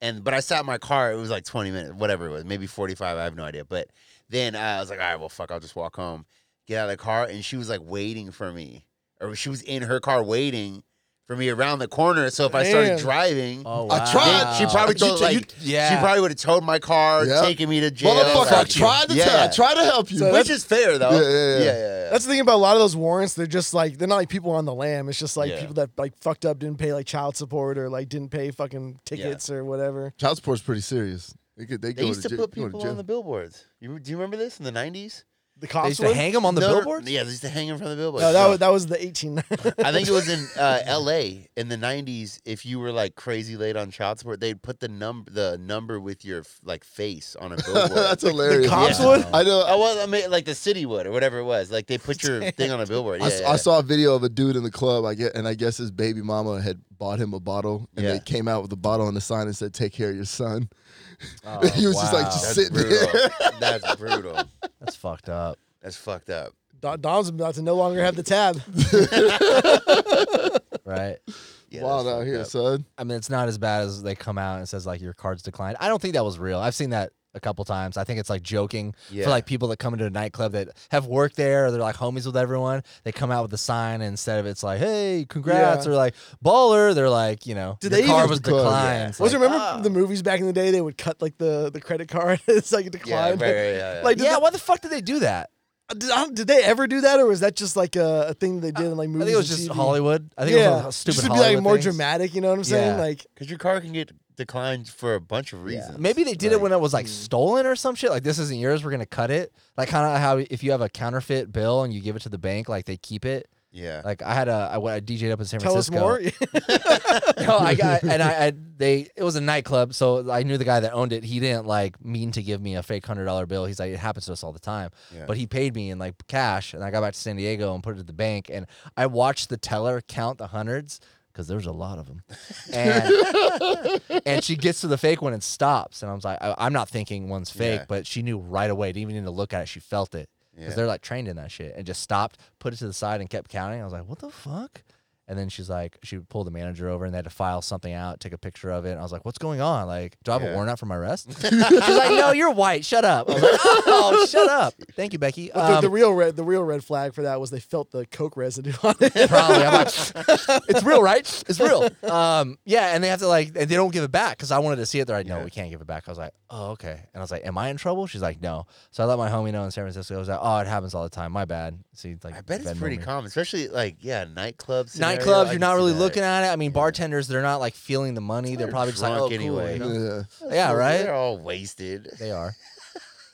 B: And but I sat in my car. It was like twenty minutes, whatever it was, maybe forty five. I have no idea. But then uh, I was like, all right, well, fuck, I'll just walk home. Get out of the car, and she was like waiting for me, or she was in her car waiting for me around the corner. So if I started
C: Damn.
B: driving,
D: Oh,
A: I
D: wow.
A: tried.
B: then she probably
A: You
B: told,
A: t- you-
B: like,
D: yeah.
B: she probably would have towed my car,
A: Yeah.
B: taken me to jail.
A: Motherfucker, I
B: like-
A: tried to
B: yeah.
A: tell, I tried to help you.
C: So
B: Which is fair though.
A: Yeah, yeah, yeah.
C: That's the thing about a lot of those warrants. They're just like they're not like people on the lam. It's just like
B: Yeah.
C: people that like fucked up, didn't pay like child support or like didn't pay fucking tickets or whatever.
A: Child support's pretty serious. They, could, they,
B: They
A: go
B: used to
A: jail-
B: put
A: go
B: people
A: jail.
B: on the billboards. You, do you remember this in the nineties?
C: The
D: They
C: cops
D: used to
C: would-
D: hang them on the billboards?
B: Yeah, they used to hang them from the billboards.
C: No, that was that was the 18.
B: I think it was in uh, L.A. in the '90s. If you were like crazy late on child support, they'd put the number the number with your like face on a billboard.
A: That's hilarious.
C: cops
B: Yeah.
C: would.
A: I know.
B: I was I mean, like the city would or whatever it was. Like they put your thing on a billboard.
A: I,
B: Yeah,
A: s-
B: yeah.
A: I saw a video of a dude in the club. I get, and I guess his baby mama had bought him a bottle, and
B: Yeah.
A: they came out with a bottle on the sign and said, "Take care of your son."
D: Oh,
A: he was just like,
D: wow.
A: just
B: That's
A: sitting
B: brutal.
A: there.
B: That's brutal.
D: That's fucked up.
B: That's fucked up.
C: Don- Dom's about to no longer have the tab.
D: Right.
B: Yeah,
A: Wild
B: that's
A: out
B: fucked
A: here,
B: up.
A: son.
D: I mean, it's not as bad as they come out and it says like your card's declined. I don't think that was real. I've seen that a couple times. I think it's like joking
B: Yeah.
D: for like people that come into a nightclub that have worked there or they're like homies with everyone. They come out with a sign and instead of it's like, hey, congrats,
C: Yeah.
D: or like baller, they're like, you know,
C: Did
D: your
C: they
D: car
C: even-
D: was
A: Close, yeah.
D: declined. It's
C: Was
D: like,
C: remember
B: ah.
C: the movies back in the day? They would cut like the the credit card. it's like
B: Yeah, right,
C: declined.
B: right, right, yeah, yeah.
C: Like, did,
D: yeah,
C: that-
D: why the fuck did they do that?
C: did, I don't- Uh, um, did they ever do that, or was that just like a, a thing that they did in like
D: I
C: movies?
D: think it was
C: and
D: just
C: TV?
D: Hollywood. I think it was
C: yeah,
D: one of those stupid
C: just to be
D: Hollywood
C: like more
D: things.
C: dramatic. You know what I'm saying?
D: Yeah.
C: Like,
B: Because your car can get declined for a bunch of reasons.
D: Maybe they did it when it was like stolen or some shit. Like this isn't yours. We're gonna cut it. Like kind of how if you have a counterfeit bill and you give it to the bank, like they keep it.
B: Yeah.
D: Like I had a I, went- I DJ'd up in San
C: tell us
D: Francisco.
C: more.
D: no, I got and I, I they it was a nightclub, so I knew the guy that owned it. He didn't like mean to give me a fake hundred dollar bill. He's like, it happens to us all the time.
B: Yeah.
D: But he paid me in like cash, and I got back to San Diego and put it at the bank, and I watched the teller count the hundreds because there's a lot of them, and and she gets to the fake one and stops, and I was like, I, I'm not thinking one's fake,
B: Yeah.
D: but she knew right away. Didn't even need to look at it. She felt it because
B: Yeah.
D: they're like trained in that shit and just stopped, put it to the side, and kept counting. I was like, what the fuck? And then she's like, she pulled the manager over and they had to file something out, take a picture of it. And I was like, what's going on? Like, do I have
B: Yeah.
D: a warrant out for my arrest? she's like, no, you're white. Shut up. I was like, oh, shut up. Thank you, Becky.
C: But the,
D: Um,
C: the real red, the real red flag for that was they felt the coke residue on it.
D: probably. I'm like, it's real, right? It's real. Um, yeah, and they have to like, and they don't give it back because I wanted to see it. They're like, no,
B: Yeah.
D: we can't give it back. I was like, oh, okay. And I was like, am I in trouble? She's like, no. So I let my homie know in San Francisco. I was like, oh, it happens all the time. My bad. See, like,
B: I bet it's
D: Venmo
B: pretty
D: me.
B: common, espally like, yeah, nightclubs.
D: Nightclubs, you're not really looking at it. I mean, bartenders, they're not like feeling the money. They're
B: They're
D: probably just like, oh,
B: drunk
D: cool,
B: anyway.
D: you know?
A: Yeah.
D: Yeah,
B: They're
D: right.
B: all wasted.
D: They are.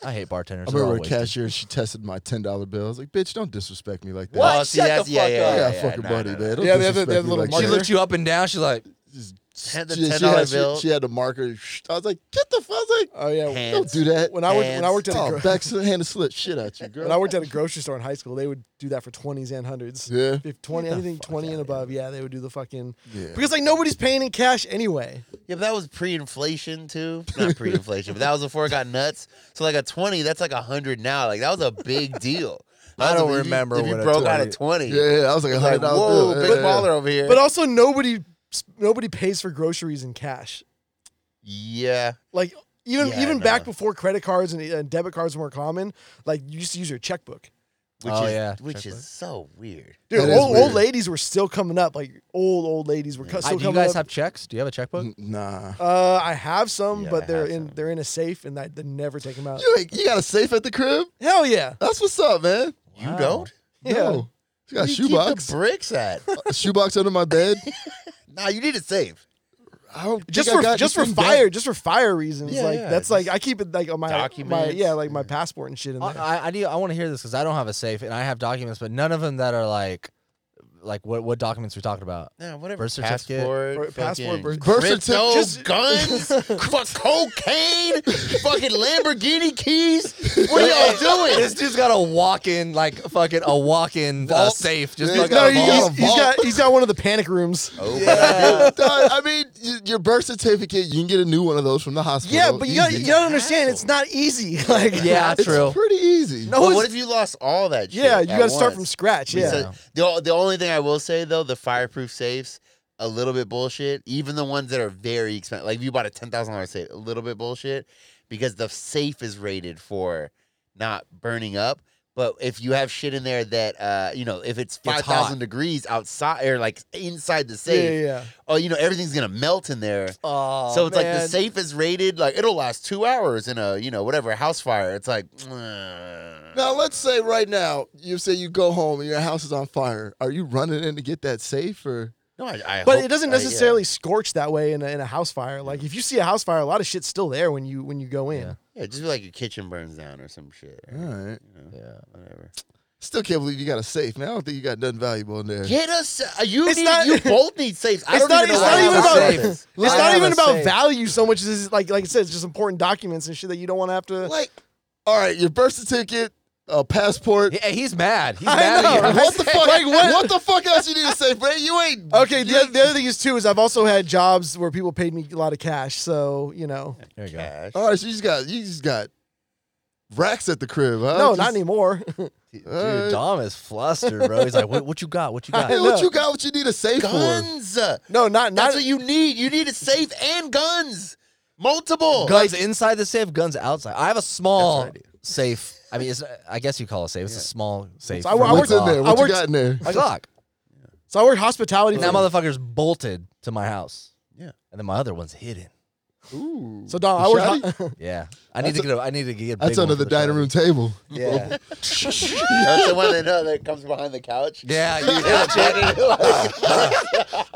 D: I hate bartenders.
A: I
D: They're
A: remember a
D: all wasted.
A: cashier. She tested my ten dollar bill. I was like, "Bitch, don't disrespect me like that."
D: What?
B: Oh, see,
D: Shut the
B: that's, yeah,
D: fuck
B: yeah,
D: up.
B: yeah,
A: Yeah,
B: yeah,
A: fucking
B: nah,
A: buddy,
B: nah,
A: man.
B: nah.
A: Don't
C: Yeah, they have the- they
A: disrespect
C: have
A: me
C: the little
A: like
D: She
A: that.
C: marker.
D: looked you up and down. She's like,
A: Just-
B: Had the
A: she, she
B: $10
A: had, she-
B: bill.
A: She, had a marker. I was like, "Get the fuck!" I was like,
C: oh yeah.
B: Hand-
A: "Don't do that."
C: When I worked, when I
B: Hands.
C: worked at a
A: oh,
C: gro-
A: back to hand a slip shit at you,
C: when I
A: girl.
C: worked at a grocery store in high school, they would do that for twenties and hundreds.
A: Yeah,
C: If twenty, anything twenty and above, yeah, they would do the fucking
A: yeah.
C: because like nobody's paying in cash anyway.
B: Yeah, but that was pre-inflation too. Not pre-inflation, but that was before it got nuts. So like a twenty, that's like a hundred now. Like that was a big deal.
D: I
B: That was
D: don't
B: if you-
D: remember
B: if you
D: what a
B: broke out a
D: 20
B: twenty.
A: Yeah, yeah, I was like a
B: Like
A: hundred
B: whoa,
A: dollar bill.
B: big
A: yeah,
B: baller over here.
C: But also nobody, nobody pays for groceries in cash.
B: yeah,
C: Like even
B: Yeah,
C: even
B: no.
C: back before credit cards and, and debit cards were common, like you used to use your checkbook.
B: which
D: Oh,
B: is
D: yeah,
B: which
D: checkbook.
B: is so weird.
C: Dude,
A: That is
C: old, old
A: weird.
C: ladies were still coming up. Like old old ladies were co-
D: I,
C: still
D: do you
C: coming
D: guys
C: up.
D: have checks? Do you have a checkbook?
A: yeah. Nah,
C: Uh, I have some,
B: Yeah, I
C: but they're
B: have
C: in
B: some.
C: they're in a safe, and I they never take them out.
A: you ain't, you got a safe at the crib?
C: Hell yeah,
A: That's what's up, man.
B: You
D: Wow.
B: don't?
C: yeah.
A: No, you got
B: Where
A: a
B: do you Keep
A: shoebox, Uh,
B: the bricks at.
A: a shoebox under my bed.
B: nah, you need to save.
A: I don't
C: Just
A: think I
C: for
A: got
C: just for
A: anything back.
C: fire, just for fire reasons.
B: Yeah,
C: like
B: yeah,
C: that's like I keep it like on my, my
B: Documents.
C: yeah like my passport and shit in there.
D: I, I, I do. I want to hear this because I don't have a safe, and I have documents, but none of them that are like like what what documents we talking about?
B: Nah, whatever.
D: Birth certificate.
B: Passport.
C: Passport,
B: fucking
C: birth-
A: Birth
B: crypto,
A: certificate.
C: Just-
B: guns, fuck cocaine, fucking Lamborghini keys. What are y'all doing?
D: this dude's got a walk-in like fucking a walk-in uh,
A: Vault?
D: safe. Just
A: Yeah,
D: like
A: no,
D: a
C: No,
A: you-
D: vault.
A: ball,
C: he's,
A: a
C: he's
A: ball.
C: got he's got one of the panic rooms.
B: Oh,
A: Yeah. Dog, I mean, y- your birth certificate, you can get a new one of those from the hospital.
C: Yeah, but you got
A: Easy.
C: you gotta understand it's not easy. Like
D: Yeah,
A: It's
D: true.
A: pretty easy.
C: no,
B: But
C: it's-
B: what if you lost all that shit?
C: yeah, you
B: at
C: gotta start from
B: once?
C: scratch.
B: We
C: Yeah,
B: said- the, o- the only thing I will say though, the fireproof safes, a little bit bullshit. Even the ones that are very expensive, like if you bought a ten thousand dollars safe, a little bit bullshit, because the safe is rated for not burning up. But if you have shit in there that uh, you know, if it's
D: hot.
B: five thousand degrees outside or like inside the
C: yeah,
B: safe,
C: yeah, yeah.
B: oh, you know, everything's gonna melt in there.
D: Oh,
B: so it's like the
D: man.
B: safe is rated like it'll last two hours in a you know whatever house fire. It's like
A: Now let's say right now you say you go home and your house is on fire. Are you running in to get that safe or?
B: no, I, I
C: But
B: hope-
C: it doesn't
B: I- yeah.
C: necessarily scorch that way in a, in a house fire. Like if you see a house fire, a lot of shit's still there when you when you go in.
D: Yeah.
B: Yeah, just like your kitchen burns down or some shit.
A: All right.
D: Yeah.
B: Whatever.
A: Still can't believe you got a safe, man. I don't think you got nothing valuable in there.
B: Get us. uh, You
C: It's
B: need.
C: not-
B: you both need safes. I
C: It's
B: don't
C: not-
B: even know
C: it's
B: why
C: not
B: I
C: even
B: have
C: about-
B: safes.
C: It's
D: I
C: not
D: have
C: even
D: a
C: about
D: safe.
C: value so much as it's like like I said, it's just important documents and shit that you don't want to have to.
A: like, all right, your birth certificate, a passport.
D: Yeah, he's mad. He's
C: I
D: mad
C: know, right?
D: at you.
A: What the fuck? what? the fuck else you need a safe, man? You ain't.
C: Okay, the, oth- the other thing is too is I've also had jobs where people paid me a lot of cash, so you know.
D: There you go.
B: Cash.
A: All right, so you Oh, just got you just got racks at the crib,
D: Oh,
A: huh?
C: no,
A: Just-
C: not anymore.
A: Uh,
D: Dude, Dom is flustered, bro. He's like, what, what you got? What you got?
A: Hey,
C: I
A: what
C: know.
A: you got? What you need a safe for?
B: Guns. Uh, That's
C: no, not not.
B: what you need. You need a safe and guns. Multiple.
D: guns inside the safe, guns outside. I have a small
B: That's what
D: safe. I mean, it's, I guess you call it a safe. It's a small safe.
C: So I-
D: for
C: I
D: a
A: What's in
D: Glock.
A: there? What you
C: worked-
A: got in there?
D: A Glock.
C: so I work hospitality.
D: And that
C: for-
D: motherfucker's bolted to my house.
B: Yeah.
D: And then my other one's hidden.
A: Ooh.
C: so Don, I
A: The
C: work.
A: shoddy?
C: ho-
D: Yeah. I need
A: That's
D: to get. A, I need to get. A big
A: That's
D: one
A: under
D: for
A: the dining
D: show.
A: room table.
D: Yeah.
B: That's the one that, no, that comes behind the couch.
D: yeah. You,
B: Yeah, Jenny, like-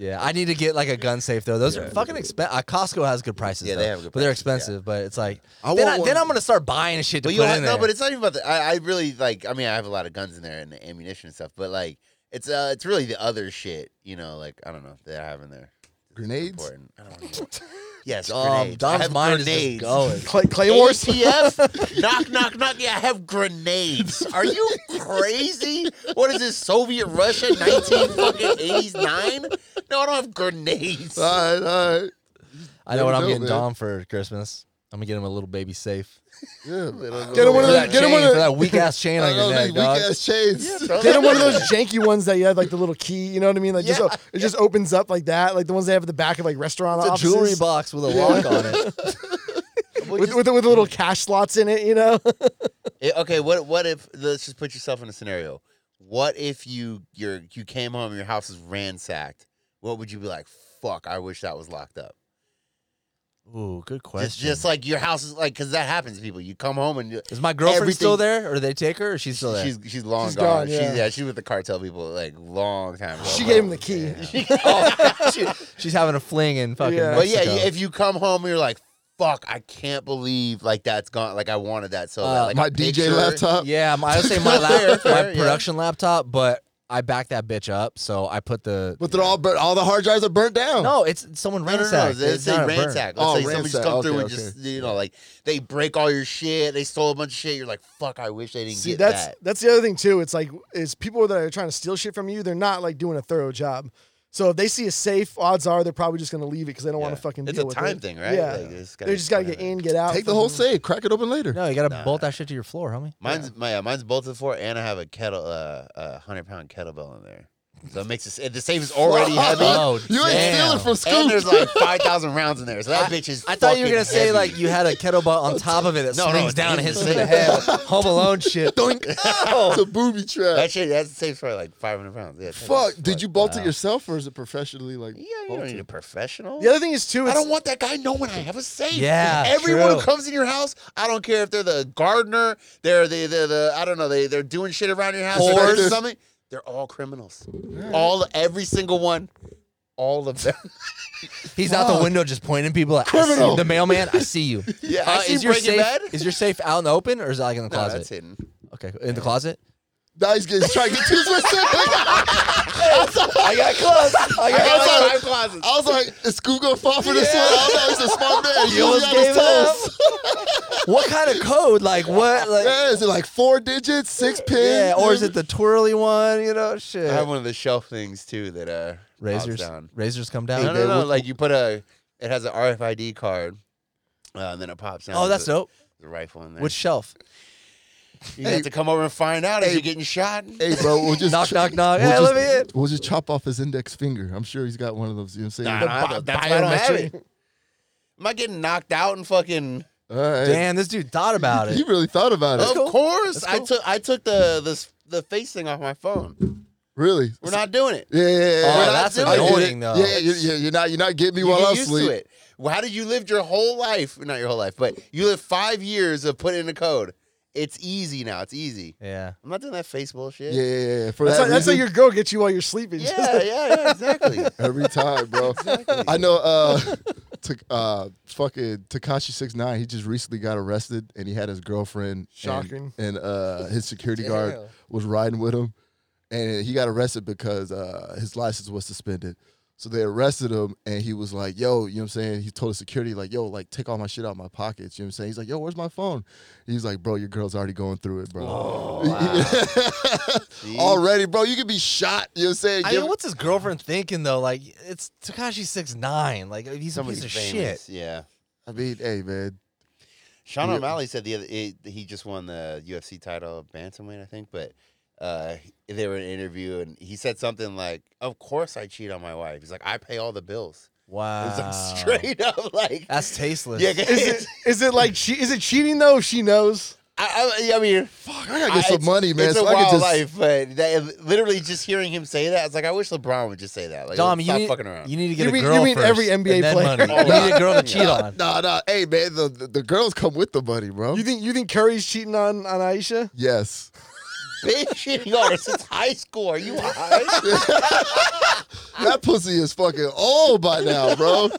D: Yeah, I need to get like a gun safe though. Those are fucking expensive. Uh, Costco has good prices.
B: Yeah,
D: though,
B: they have good
D: but they're
B: prices, yeah.
D: expensive. But it's like
A: I
D: then,
A: want
D: I,
A: one-
D: then I'm gonna start buying shit to
B: But
D: put
B: you
D: in
B: have,
D: there.
B: no, but it's not even about the. I, I really like. I mean, I have a lot of guns in there and the ammunition and stuff, but like, it's uh, it's really the other shit. You know, like I don't know that I have in there.
A: Grenades?
B: Important. I don't know. yes,
D: Dom,
B: grenades. I
D: Dom's
B: have
D: mind
B: grenades.
D: is just going.
C: Clay, Claymores.
B: ATF, knock, knock, knock. Yeah, I have grenades. Are you crazy? What is this Soviet Russia, nineteen fucking eighties nine? No, I don't have grenades.
A: All right, all right.
D: I know what
A: Never know,
D: I'm getting
A: man.
D: Dom for Christmas. I'm gonna get him a little baby safe.
A: Yeah.
C: Get him one of
D: For
C: those.
D: that
C: Get him
D: chain,
C: one
D: for
C: of
D: that weak ass chain
A: I
D: on your
A: don't
D: neck,
A: need weak
D: dog.
A: ass chains.
C: Get him one of those janky ones that you have like the little key. You know what I mean? Like just o- it just opens up like that, like the ones they have at the back of like restaurant
D: It's a
C: offices
D: jewelry box with a lock on it.
C: with, with with little cash slots in it. You know?
B: Eh, okay, what what if let's just put yourself in a scenario. What if you your you came home and your house is ransacked? What would you be like? Fuck, I wish that was locked up.
D: Ooh, good question.
B: Just, just like your house is like because that happens to people. You come home and you-
D: is my girlfriend still
B: everything-
D: there, or they take her, or she's still there?
B: she's she's long
C: She's
B: gone.
C: gone,
B: She's-
C: yeah.
B: yeah, she's with the cartel people like long time. ago.
C: She gave him the key.
D: she's having a fling in fucking.
C: Yeah.
B: But yeah,
D: Mexico.
B: you- if you come home and you're like, fuck, I can't believe like that's gone. Like I wanted that so bad.
D: Uh,
B: Like
A: My
B: a
A: DJ
B: picture-
A: laptop.
D: Yeah, my, I would say my
B: Fair,
D: lap,
B: fair,
D: my
B: yeah.
D: production laptop, but I backed that bitch up, so I put the.
A: But they're all burnt. All the hard drives are burnt down.
D: no, it's someone
B: No, no, no,
D: ransacked.
B: no. They
D: It's not
B: say
D: a burn.
B: ransack. Let's
A: Oh,
B: say somebody just
A: ransack.
B: come through
A: Okay,
B: and
A: okay.
B: just you know, like they break all your shit. They stole a bunch of shit. You're like, fuck, I wish they didn't
C: See,
B: get
C: that's
B: that.
C: that's the other thing too. It's like is people that are trying to steal shit from you, they're not like doing a thorough job. So if they see a safe, odds are they're probably just gonna leave it because they don't want
B: Yeah.
C: to fucking
B: It's
C: deal
B: a
C: with
B: time
C: it.
B: thing, right?
C: Yeah,
B: Like, it's gotta
C: they
B: be
C: just gotta get
B: put in there.
C: in, get out.
A: Take the whole
C: fucking-
A: safe. Crack it open later.
D: No, you gotta
B: Nah.
D: bolt that shit to your floor, homie.
B: Mine's my yeah, mine's both to the floor, and I have a kettle, uh, a hundred pound kettlebell in there. So it makes it, the safe is already heavy.
D: Oh,
A: you ain't
D: damn.
A: stealing from
B: And there's
A: Scoop.
B: like five thousand rounds in there, so that bitch is.
D: I thought you were
B: fucking
D: gonna say
B: heavy.
D: like you had a kettlebell on top of it that
B: No, no,
D: swings
B: it's
D: down
B: in
D: and hits
B: the
D: him in the
B: thing.
D: head. Home Alone shit.
A: It's a booby trap.
B: that shit. That's the safe for like five hundred pounds. Yeah,
A: fuck.
B: kettlebells.
A: Did you bolt it yourself or is it professionally like?
B: Yeah, you don't
A: bolted?
B: need a professional.
C: The other thing is too.
B: I
C: It's,
B: don't want that guy knowing I have a safe.
D: Yeah,
B: Everyone who
D: true.
B: comes in your house, I don't care if they're the gardener, they're the, the, the I don't know, they, they're doing shit around your house or
A: Whores.
B: something. They're all criminals. All, every single one. All of them.
D: He's out the window just pointing people at I see you.
A: Criminal.
D: the mailman. I see you. Uh,
B: Yeah, I see
D: is your
B: Breaking
D: safe
B: Bad.
D: is your safe out in the open or is it like in the
B: No, that's
D: closet?
B: hidden.
D: okay, in the closet.
A: Now he's getting trying to get too specific.
D: I got close. I
B: I
D: got
A: got
D: close.
B: got
A: outside.
B: five closets.
A: I was like, is Scoop gonna fall for this one? I was like, he's a smart man. He
D: You
A: only
D: almost
A: got his
D: gave it up.
A: toes.
D: What kind of code? Like what? Like
A: Yeah, is it like four digits, six pins?
D: yeah, or is it the twirly one? You know, shit.
B: I have one of the shelf things too that uh pops
D: razors,
B: down.
D: razors come
B: No,
D: down. Oh,
B: no, no. like you put a, it has an RFID card, uh, and then it pops down.
D: Oh, that's
B: the,
D: dope.
B: The rifle in there.
D: Which shelf?
B: you have to come over and find out if you're getting shot.
A: Hey, bro, we'll just
D: Knock, knock, knock.
A: We'll
D: Hey,
A: just,
D: let me in.
A: We'll just chop off his index finger. I'm sure he's got one of those. You know what
B: Nah,
A: I'm saying?
B: I don't have
C: bi-
B: it. that's why I don't have
C: biometric.
B: it. Am I getting knocked out and fucking?
A: All right.
D: Damn, this dude thought about
A: You
D: it.
A: really thought about it.
B: of
D: cool.
B: course,
D: That's
B: I
D: cool.
B: took I took the the s- the face thing off my phone.
A: Really?
B: We're not doing it.
A: Yeah, yeah, yeah.
D: Oh,
A: yeah.
D: that's
A: I get it.
D: annoying, though.
A: Yeah, yeah, yeah. You're not, you're not getting me
B: You
A: while
B: get
A: I
B: used
A: sleep.
B: to it. Well, how did you live your whole life? Not your whole life, but you lived five years of putting in the code. It's easy now. It's easy.
D: Yeah.
B: I'm not doing that face bullshit.
A: Yeah, yeah, yeah. For
C: That's,
A: that
C: how, that's how
A: reason,
C: your girl gets you while you're sleeping.
B: yeah, yeah, yeah exactly.
A: every time, bro. I know. Uh, t- uh, fucking Takashi Six Nine. He just recently got arrested, and he had his girlfriend. and-
C: Shocking.
A: And, uh, his security guard
D: Damn.
A: was riding with him, and he got arrested because uh, his license was suspended. So they arrested him, and he was like, "Yo, you know what I'm saying?" He told the security, "Like, yo, like, take all my shit out of my pockets." You know what I'm saying? He's like, "Yo, where's my phone?" He's like, "Bro, your girl's already going through it, bro."
B: See?
A: already, bro. You could be shot. You know what I'm saying?
D: I
A: Give-
D: mean, what's his girlfriend thinking though? Like, it's Takashi six nine. Like, he's
B: Somebody
D: a piece of
B: famous.
D: shit.
B: Yeah.
A: I mean, hey, man.
B: Sean
A: Yeah.
B: O'Malley said the other it, he just won the UFC title bantamweight, I think, but uh, they were in an interview and he said something like, "Of course I cheat on my wife." He's like, "I pay all the bills."
D: Wow.
B: It's like straight up like
D: Oh. That's tasteless.
B: yeah.
C: Is it is it like she is it cheating though? If she knows.
B: I, I, I mean,
A: Fuck, I gotta get some
B: it's-
A: money, man.
B: It's
A: so
B: a
A: I
B: wild
A: can just,
B: life, but that, literally just hearing him say that, I was like, I wish LeBron would just say that. Like,
D: Dom, you
B: stop
D: need,
B: fucking around.
D: you need to get
C: You
D: a
C: mean-
D: girl
C: you mean
D: first,
C: every
D: and
C: NBA
D: then
C: player.
D: money.
B: Oh,
D: you need a girl to cheat on.
A: Nah, nah. Hey, man, the, the, the girls come with the money, bro.
C: You think you think Curry's cheating on on Aisha?
A: yes.
B: Been cheating on her since high school. Are you high?
A: That pussy is fucking old by now, bro.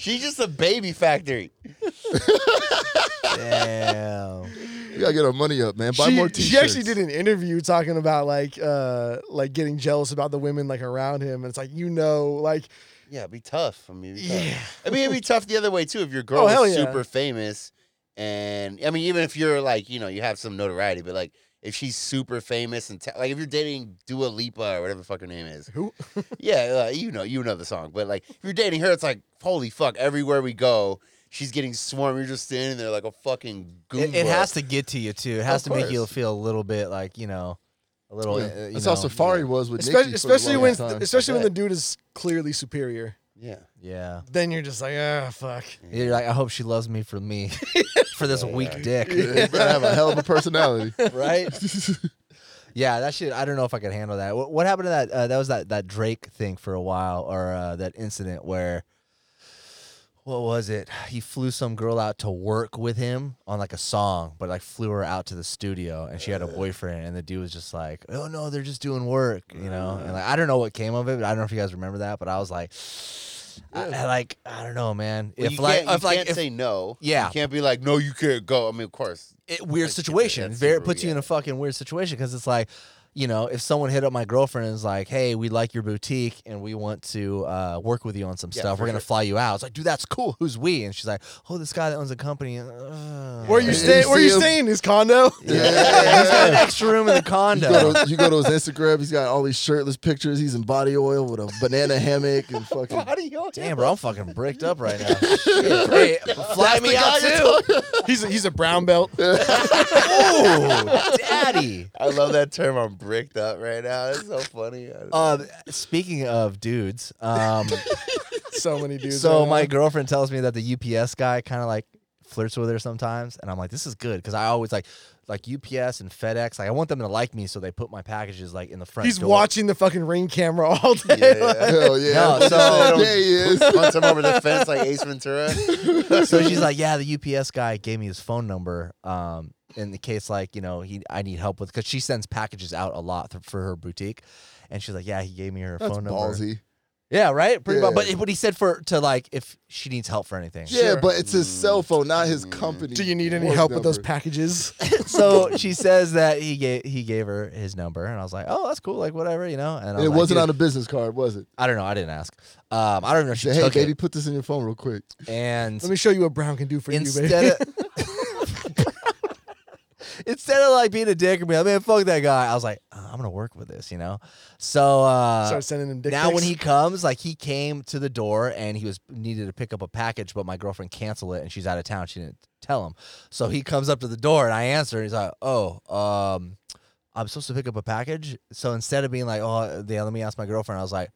B: She's just a baby factory.
D: Damn.
A: You gotta get her money up, man. Buy
C: she,
A: more t-shirts.
C: she actually did an interview talking about like uh like getting jealous about the women like around him. And it's like you know like
B: Yeah, it'd be tough. I mean, it'd be tough.
C: Yeah.
B: I mean, it'd be tough the other way too. If your girl
C: Oh, hell
B: is
C: yeah.
B: super famous, and I mean, even if you're like, you know, you have some notoriety, but like, if she's super famous and ta- like, if you're dating Dua Lipa or whatever the fuck her name is,
C: who
B: yeah, uh, you know, you know the song. But like, if you're dating her, it's like, holy fuck, everywhere we go, she's getting swarmed. You're just standing there like a fucking goomba.
D: It, it has to get to you too. It has to make you
B: course.
D: feel a little bit like you know, a little.
A: Yeah.
D: uh, you
A: That's how
D: know,
A: Safari was with
C: especially,
A: Nicki
C: especially
A: for
C: when
A: the longest time.
C: especially when
B: Okay.
C: the dude is clearly superior.
B: Yeah.
D: Yeah.
C: Then you're just like ah fuck.
D: You're like, I hope she loves me for me, for this weak dick,
A: You better have a hell of a personality.
D: right? yeah, that shit. I don't know if I could handle that. What, what happened to that? Uh, that was that that Drake thing for a while, or uh, that incident where. What was it? He flew some girl out to work with him on like a song, but like flew her out to the studio, and she had a boyfriend, and the dude was just like, "Oh no, they're just doing work," you know. And like, I don't know what came of it, but I don't know if you guys remember that, but I was like, I, I like I don't know, man.
B: Well,
D: if
B: you
D: like
B: can't, you
D: if like
B: can't
D: if-
B: say no.
D: Yeah.
B: You can't be like, no, you can't go. I mean, of course.
D: it, weird
B: Like,
D: situation.
B: that's
D: Very
B: super-
D: puts you in
B: yeah.
D: a fucking weird situation because it's like, you know, if someone hit up my girlfriend and is like, "Hey, we like your boutique and we want to uh, work with you on some
B: Yeah,
D: stuff.
B: for
D: We're gonna
B: sure.
D: fly you out." It's like, dude, that's cool. Who's we? And she's like, "Oh, this guy that owns a company." Uh,
C: Where you
A: Yeah.
C: staying? Where
A: You
C: you
A: see him-
C: staying? His condo.
A: Yeah.
D: He's got an extra room in the
A: You go,
D: condo.
A: to, you go to his Instagram, he's got all these shirtless pictures. He's in body oil with a banana hammock and fucking.
B: How do you?
D: Damn, bro, I'm fucking bricked up right now. Shit. Hey, fly me out too.
C: He's a, he's a brown belt.
D: Ooh, daddy.
B: I love that term. I'm bricked up right now. It's so funny. I-
D: Uh, speaking of dudes, um,
C: So many dudes.
D: So
C: right
D: my
C: now.
D: girlfriend tells me that the UPS guy kind of like flirts with her sometimes, and I'm like, this is good because I always like like UPS and FedEx. Like I want them to like me, so they put my packages like in the front.
C: he's
D: door.
C: watching the fucking ring camera all day.
B: yeah, yeah.
A: Hell yeah.
D: No, so-
A: yeah, he is.
B: Punch him over the fence like Ace Ventura.
D: So she's like, yeah, the UPS guy gave me his phone number. Um, in the case like you know he I need help with because she sends packages out a lot th- for her boutique, and she's like, yeah, he gave me her
A: That's
D: phone number.
A: ballsy.
D: Yeah, right. Pretty
A: Yeah.
D: much. But what he said for to like if she needs help for anything.
A: Yeah,
C: Sure.
A: but it's his
B: Mm.
A: cell phone, not his
B: Mm.
A: company.
C: Do you need any
A: work
C: help with those
A: number.
C: packages?
D: so she says that he gave he gave her his number, and I was like, oh, that's cool, like whatever, you know. And, I
A: it
D: was like,
A: wasn't
D: dude,
A: on a business card, was it?
D: I don't know. I didn't ask. Um, I don't even know if she
A: Say, hey,
D: took
A: baby, put this in your phone real quick.
D: it. And
C: Let me show you what Brown can do for you,
D: instead
C: baby.
D: of instead of like being a dick or being like, man, fuck that guy, I was like, "Uh, I'm gonna work with this, you know. So uh,
C: Start sending him dick
D: now when
C: pics.
D: he comes, like he came to the door and he was needed to pick up a package, but my girlfriend canceled it and she's out of town. She didn't tell him, so he comes up to the door and I answer and he's like, oh, um, I'm supposed to pick up a package. So instead of being like, oh, yeah, let me ask my girlfriend, I was like,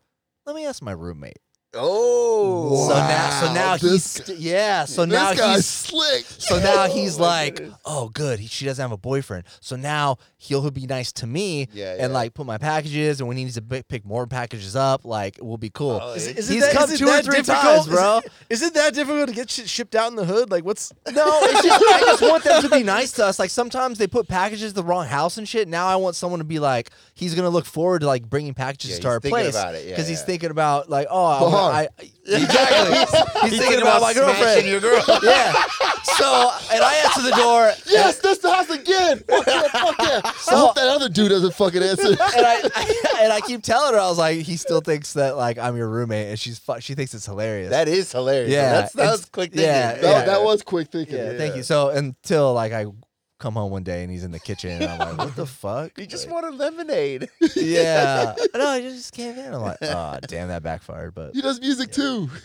D: let me ask my roommate.
B: Oh.
D: So now, so
A: Wow,
D: now
A: this-
D: he's st- yeah. So
A: this
D: now
A: guy's
D: he's
A: slick.
D: so now he's
B: my
D: like,
B: goodness.
D: oh, good. He, she doesn't have a boyfriend. So now he'll, he'll be nice to me
B: Yeah,
D: and
B: yeah.
D: like put my packages. And when he needs to pick, pick more packages up, like we'll be cool.
B: Oh,
C: Is it-
B: it's-
C: is it
D: he's
C: that-
D: come
C: is it
D: two or
C: that
D: three
C: difficult? Is
D: times,
C: it-
D: bro.
C: Is it that difficult to get shit shipped out in the hood? Like, what's
D: No, it's just, I just want them to be nice to us. Like sometimes they put packages to the wrong house and shit. Now I want someone to be like, he's gonna look forward to like bringing packages
B: Yeah,
D: to
B: he's
D: our
B: thinking
D: place
B: about it. Yeah,
D: he's
B: yeah.
D: thinking about like, oh, I, wanna-
A: Bahar.
D: I- exactly. he's, thinking, about, my
B: smashing
D: girlfriend.
B: Your girl.
D: yeah. So and I answer the door.
A: Yes, that's the house again. Fuck yeah, fuck yeah. I hope that other dude doesn't fucking answer.
D: and I, and I keep telling her I was like, he still thinks that like I'm your roommate, and she's fu- she thinks it's hilarious.
B: That is hilarious.
D: Yeah,
B: That's, that
D: it's-
B: was quick thinking. Oh,
D: yeah,
A: that,
D: yeah.
A: that was quick thinking.
D: yeah, thank you. So until like I come home one day and he's in the kitchen, and I'm like, what the fuck?
B: You just
D: Like,
B: wanted lemonade.
D: yeah. No, I just came in. I'm like, oh damn, that backfired. But
A: He does music too.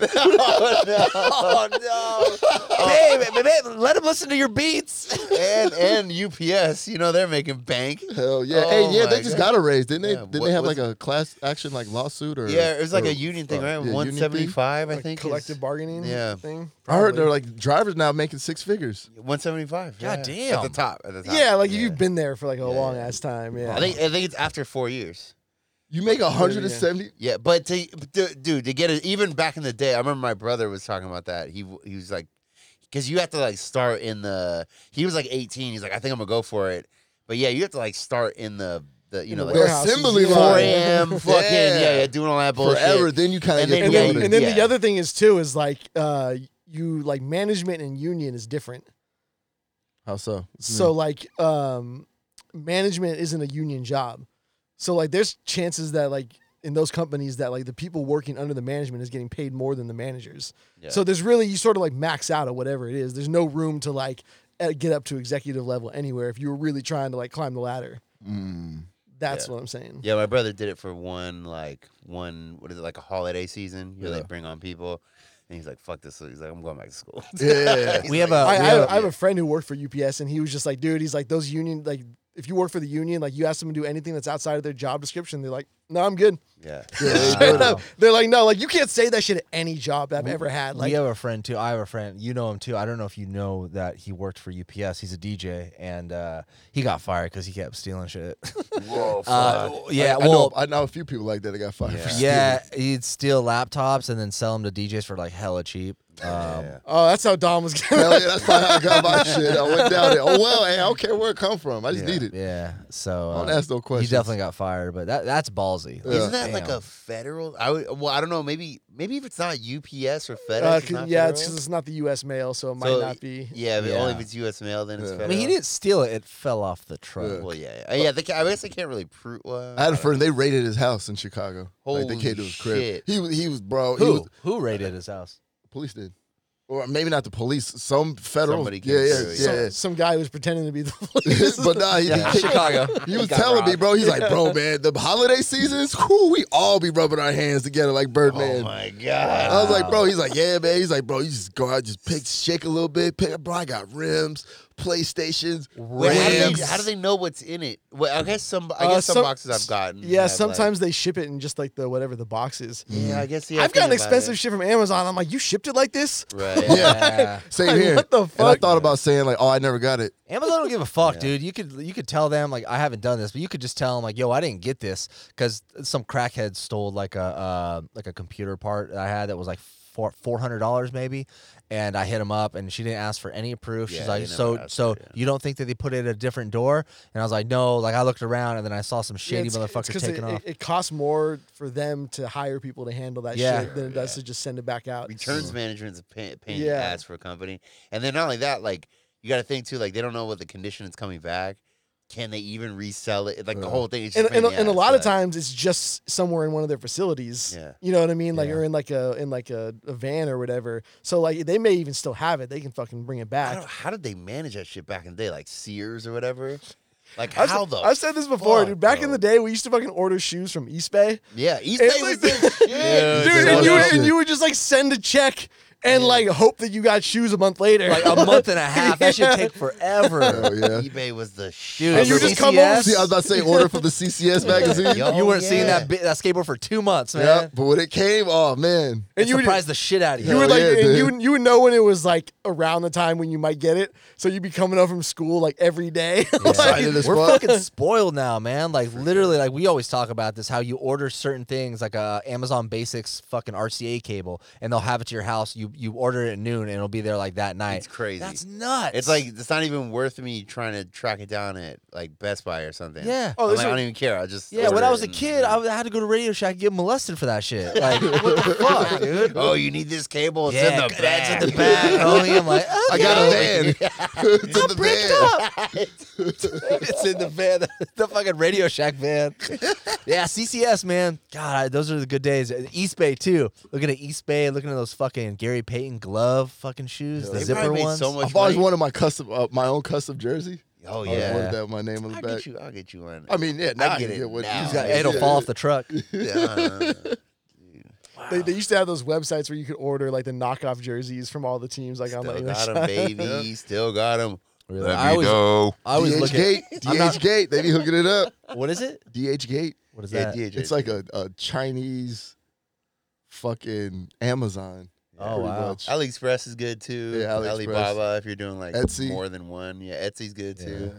D: oh no, babe, babe, babe, let him listen to your beats.
B: and and UPS, you know they're making bank.
A: Hell yeah.
B: Oh
A: hey, yeah, they
B: my
A: just
B: God.
A: got a raise, didn't they?
B: Yeah,
A: Didn't
B: what-
A: they have
B: what's
A: like a class action like lawsuit or
B: Yeah, it was like
A: or-
B: a union thing,
A: uh,
B: right?
A: yeah, union thing.
B: One seventy five, I
C: like,
B: think.
C: collective bargaining?
B: yeah.
C: Thing.
A: I heard
C: Probably.
A: they're like drivers now making six figures.
B: One seventy five.
D: God
B: At the
D: damn.
B: top. At the top.
C: yeah, like if you've been there for like a
B: yeah.
C: long ass time. Yeah.
B: I think I think it's after four years.
A: You make a hundred and
C: yeah.
A: seventy.
B: Yeah, but to, to dude to get it even back in the day, I remember my brother was talking about that. He w- he was like, because you have to like start in the. He was like eighteen. He's like, I think I'm gonna go for it. But yeah, you have to like start in the the you
C: In
B: know
C: the
B: like
A: The
C: warehouse.
A: assembly
C: Yeah.
B: four
A: line.
B: a.m. fucking yeah. yeah
A: Yeah.
B: doing all that bullshit
A: Forever. Then you kind of
B: And
A: get
B: then
C: and
B: you-
C: then,
A: promoted.
B: Loaded,
C: and then the
B: yeah.
C: other thing is too is like uh you like management and union is different.
A: How so?
C: So like um management isn't a union job. So like there's chances that like in those companies that like the people working under the management is getting paid more than the managers.
B: Yeah.
C: So there's really you sort of like max out at whatever it is. There's no room to like eh, get up to executive level anywhere if you were really trying to like climb the ladder.
A: Mm.
C: That's
B: Yeah.
C: what I'm saying.
B: Yeah, my brother did it for one like one what is it like a holiday season? You know,
A: Yeah.
B: they bring on people, and he's like, "Fuck this!" He's like, "I'm going back to school."
A: Yeah.
B: He's
D: We have
B: like,
D: a-
C: I,
D: Uh, we
C: I,
D: have-
C: I have a friend who worked for UPS, and he was just like, dude, he's like, those union, like, if you work for the union, like, you ask them to do anything that's outside of their job description, they're like, no, I'm good.
B: yeah.
C: Straight up. They're like, no, like, you can't say that shit at any job that I've ever had. Like,
D: we have a friend too. I have a friend. You know him too. I don't know if you know that he worked for UPS. He's a DJ, and uh, he got fired because he kept stealing shit.
B: Whoa,
D: Uh, yeah,
A: I, I know,
D: well,
A: I know a few people like that that got fired.
B: Yeah.
A: for
D: yeah, he'd steal laptops and then sell them to DJs for like hella cheap. Um,
C: oh, that's how Dom was
A: stealing. Hell
C: getting
A: yeah, that's probably how I got my shit. I went down there. Oh well, hey, I don't care where it come from. I just need it.
D: Yeah, so
A: I don't
D: um,
A: ask Oh, no
D: he
A: questions.
D: definitely got fired, but that that's ballsy. Like,
B: Isn't that like
D: damn.
B: a federal? I would, well, I don't know. Maybe maybe if it's not UPS or FedEx,
C: uh,
B: it's
C: 'cause-
B: not
C: Yeah, it's because
B: federal?
C: it's not the U.S. mail, so it might
B: So,
C: not be.
B: yeah, but only if
D: Yeah.
B: it's U.S. mail, then it's
A: Yeah.
B: federal.
D: I mean, he didn't steal it; it fell off the truck.
A: Yeah.
B: Well, yeah, yeah. yeah they ca- I guess they can't really prove. Well,
A: I had a
B: don't
A: friend. They raided his house in Chicago. like they
B: Holy
A: came to his crib.
B: shit.
A: He was he was bro. He
D: Who
A: was,
D: who raided his house?
A: police did, or maybe not the police. Some federal.
B: Somebody came
A: yeah, yeah,
B: through,
A: yeah.
C: Some,
A: yeah.
C: some guy was pretending to be the police.
A: but nah, he, he-
D: Chicago.
A: he was
B: Got
A: telling me,
B: robbed.
A: bro. He's like, bro, man, the holiday seasons, whew, we all be rubbing our hands together like
B: know.
A: Birdman.
B: Oh my god!
A: I was like, bro. He's like, yeah, man. He's like, bro. You just go out, just pick, shake a little bit. Pick, bro, I got rims, PlayStations,
B: Wait, how, do
A: Rams.
B: they, how do they know what's in it? Well, I guess some. I
C: Uh,
B: guess some,
C: some-
B: boxes I've gotten.
C: yeah,
B: have,
C: sometimes they ship it in just like the whatever the box is.
B: Like, yeah, I guess. Yeah,
C: I've gotten
B: thinking about
C: expensive
B: it.
C: shit from Amazon. I'm like, you shipped it like this?
B: Right.
A: Yeah.
D: Yeah.
A: Same
C: Like,
A: here.
C: what the
A: And I
C: fuck?
A: thought about saying like, oh, I never got it.
D: Amazon don't give a fuck,
B: Yeah.
D: dude. You could you could tell them like I haven't done this, but you could just tell them like, yo, I didn't get this because some crackhead stole like a uh, like a computer part that I had that was like four four hundred dollars maybe, and I hit him up and she didn't ask for any proof.
B: Yeah,
D: She's
B: they
D: like,
B: never
D: so
B: ask
D: so
B: for it, yeah.
D: you don't think that they put it at a different door? And I was like, no. Like I looked around and then I saw some
C: Yeah,
D: shady
C: it's- it's
D: motherfucker
C: 'cause
D: taking
C: it,
D: off.
C: It, it costs more for them to hire people to handle that
D: Yeah. Mm.
C: shit than it does to just send it back out.
B: Returns management's a pain, pain in the
C: Yeah.
B: ass for a company, and then not only that, like you got to think too, like they don't know what the condition is coming back. Can they even resell it? Like the
A: Yeah.
B: whole thing. Is
C: and,
B: just
C: and,
B: pain in the
C: and a
B: ass,
C: lot of
B: but-
C: times it's just somewhere in one of their facilities.
B: Yeah.
C: You know what I mean? Like
A: Yeah.
C: or in like a in like a, a van or whatever. So like they may even still have it. They can fucking bring it
B: I
C: back.
B: don't, how did they manage that shit back in the day? Like Sears or whatever. Like
C: I've,
B: how
C: said-
B: though?
C: I've said this before,
B: fuck,
C: dude. Back in
B: bro?
C: the day, we used to fucking order shoes from East Bay.
B: yeah, East
C: And
B: Bay was
C: like-
B: this. Yeah,
A: Dude,
C: Dude,
A: They
C: and you,
A: order
C: would- and
A: shit.
C: you would just like send a check and like hope that you got shoes a month later.
D: Like a month and a half. That should
C: Yeah.
D: take forever.
A: Hell Oh, yeah.
B: eBay was the shit.
D: Dude,
C: And you
D: remember
C: just come
D: ECS?
C: home-
A: See, I was about to say order from the CCS magazine.
B: Yo.
D: You weren't seeing
B: yeah.
D: that bi- that skateboard for two months, man.
A: Yeah, but when it came, oh man,
D: It
C: and you would
D: surprised the shit out of you.
C: You
A: Hell
C: would like,
A: yeah,
C: and
A: dude.
C: you would, you would know when it was like around the time when you might get it. So you'd be coming up from school like every day. Like,
A: excited as
D: We're
A: fuck.
D: fucking spoiled now, man. Like literally, like we always talk about this, how you order certain things, like a Amazon Basics fucking RCA cable, and they'll have it to your house. You you order it at noon, and it'll be there like that night.
B: It's crazy.
D: That's nuts.
B: It's like it's not even worth me trying to track it down at like Best Buy or something.
D: Yeah.
C: Oh,
B: Oh, I'm
C: this
B: like, I
C: is-
B: don't even care. I just
D: yeah. When
B: order
D: I
B: it
D: was a
B: and-
D: kid, I would- I had to go to Radio Shack and get molested for that shit. Like what the fuck, dude?
B: oh, you need this cable. It's in
D: yeah,
B: the
D: c-
B: bag.
D: that's in the bag, homie. I'm like,
A: I got a
D: okay.
A: van. it's in the van.
D: it's in the van, the fucking Radio Shack van. Yeah, CCS, man. God, those are the good days. East Bay too. Looking at East Bay, looking at those fucking Gary Payton glove fucking shoes, the
B: They
D: zipper
B: probably made
D: ones.
B: So much
A: I've always
B: money.
A: wanted my custom, uh, my own custom jersey.
B: Oh
A: I always
B: yeah.
A: wanted that with my name on the
B: I'll
A: back.
B: get you. I'll get you one.
A: I mean, yeah, now
B: get
A: you
B: it
A: get what
B: now.
A: you just
D: He's got-
A: get.
D: it'll fall off the truck.
B: Uh,
C: they, they used to have those websites where you could order like the knockoff jerseys from all the teams. Like on
B: still
C: like
B: got him, baby. Still got him.
D: Really? I always, I always
A: DH
D: look at
A: Gate,
D: I'm not-
A: DH Gate, they be hooking it up.
D: what is it?
A: DH Gate,
D: What is
B: Yeah,
D: that?
B: DHH.
A: it's like a, a Chinese fucking Amazon.
D: Oh,
A: pretty
D: wow.
A: much.
B: AliExpress is good too.
A: Yeah, AliExpress.
B: Alibaba if you're doing like
A: Etsy.
B: more than one. Yeah, Etsy's good
A: Yeah.
B: too.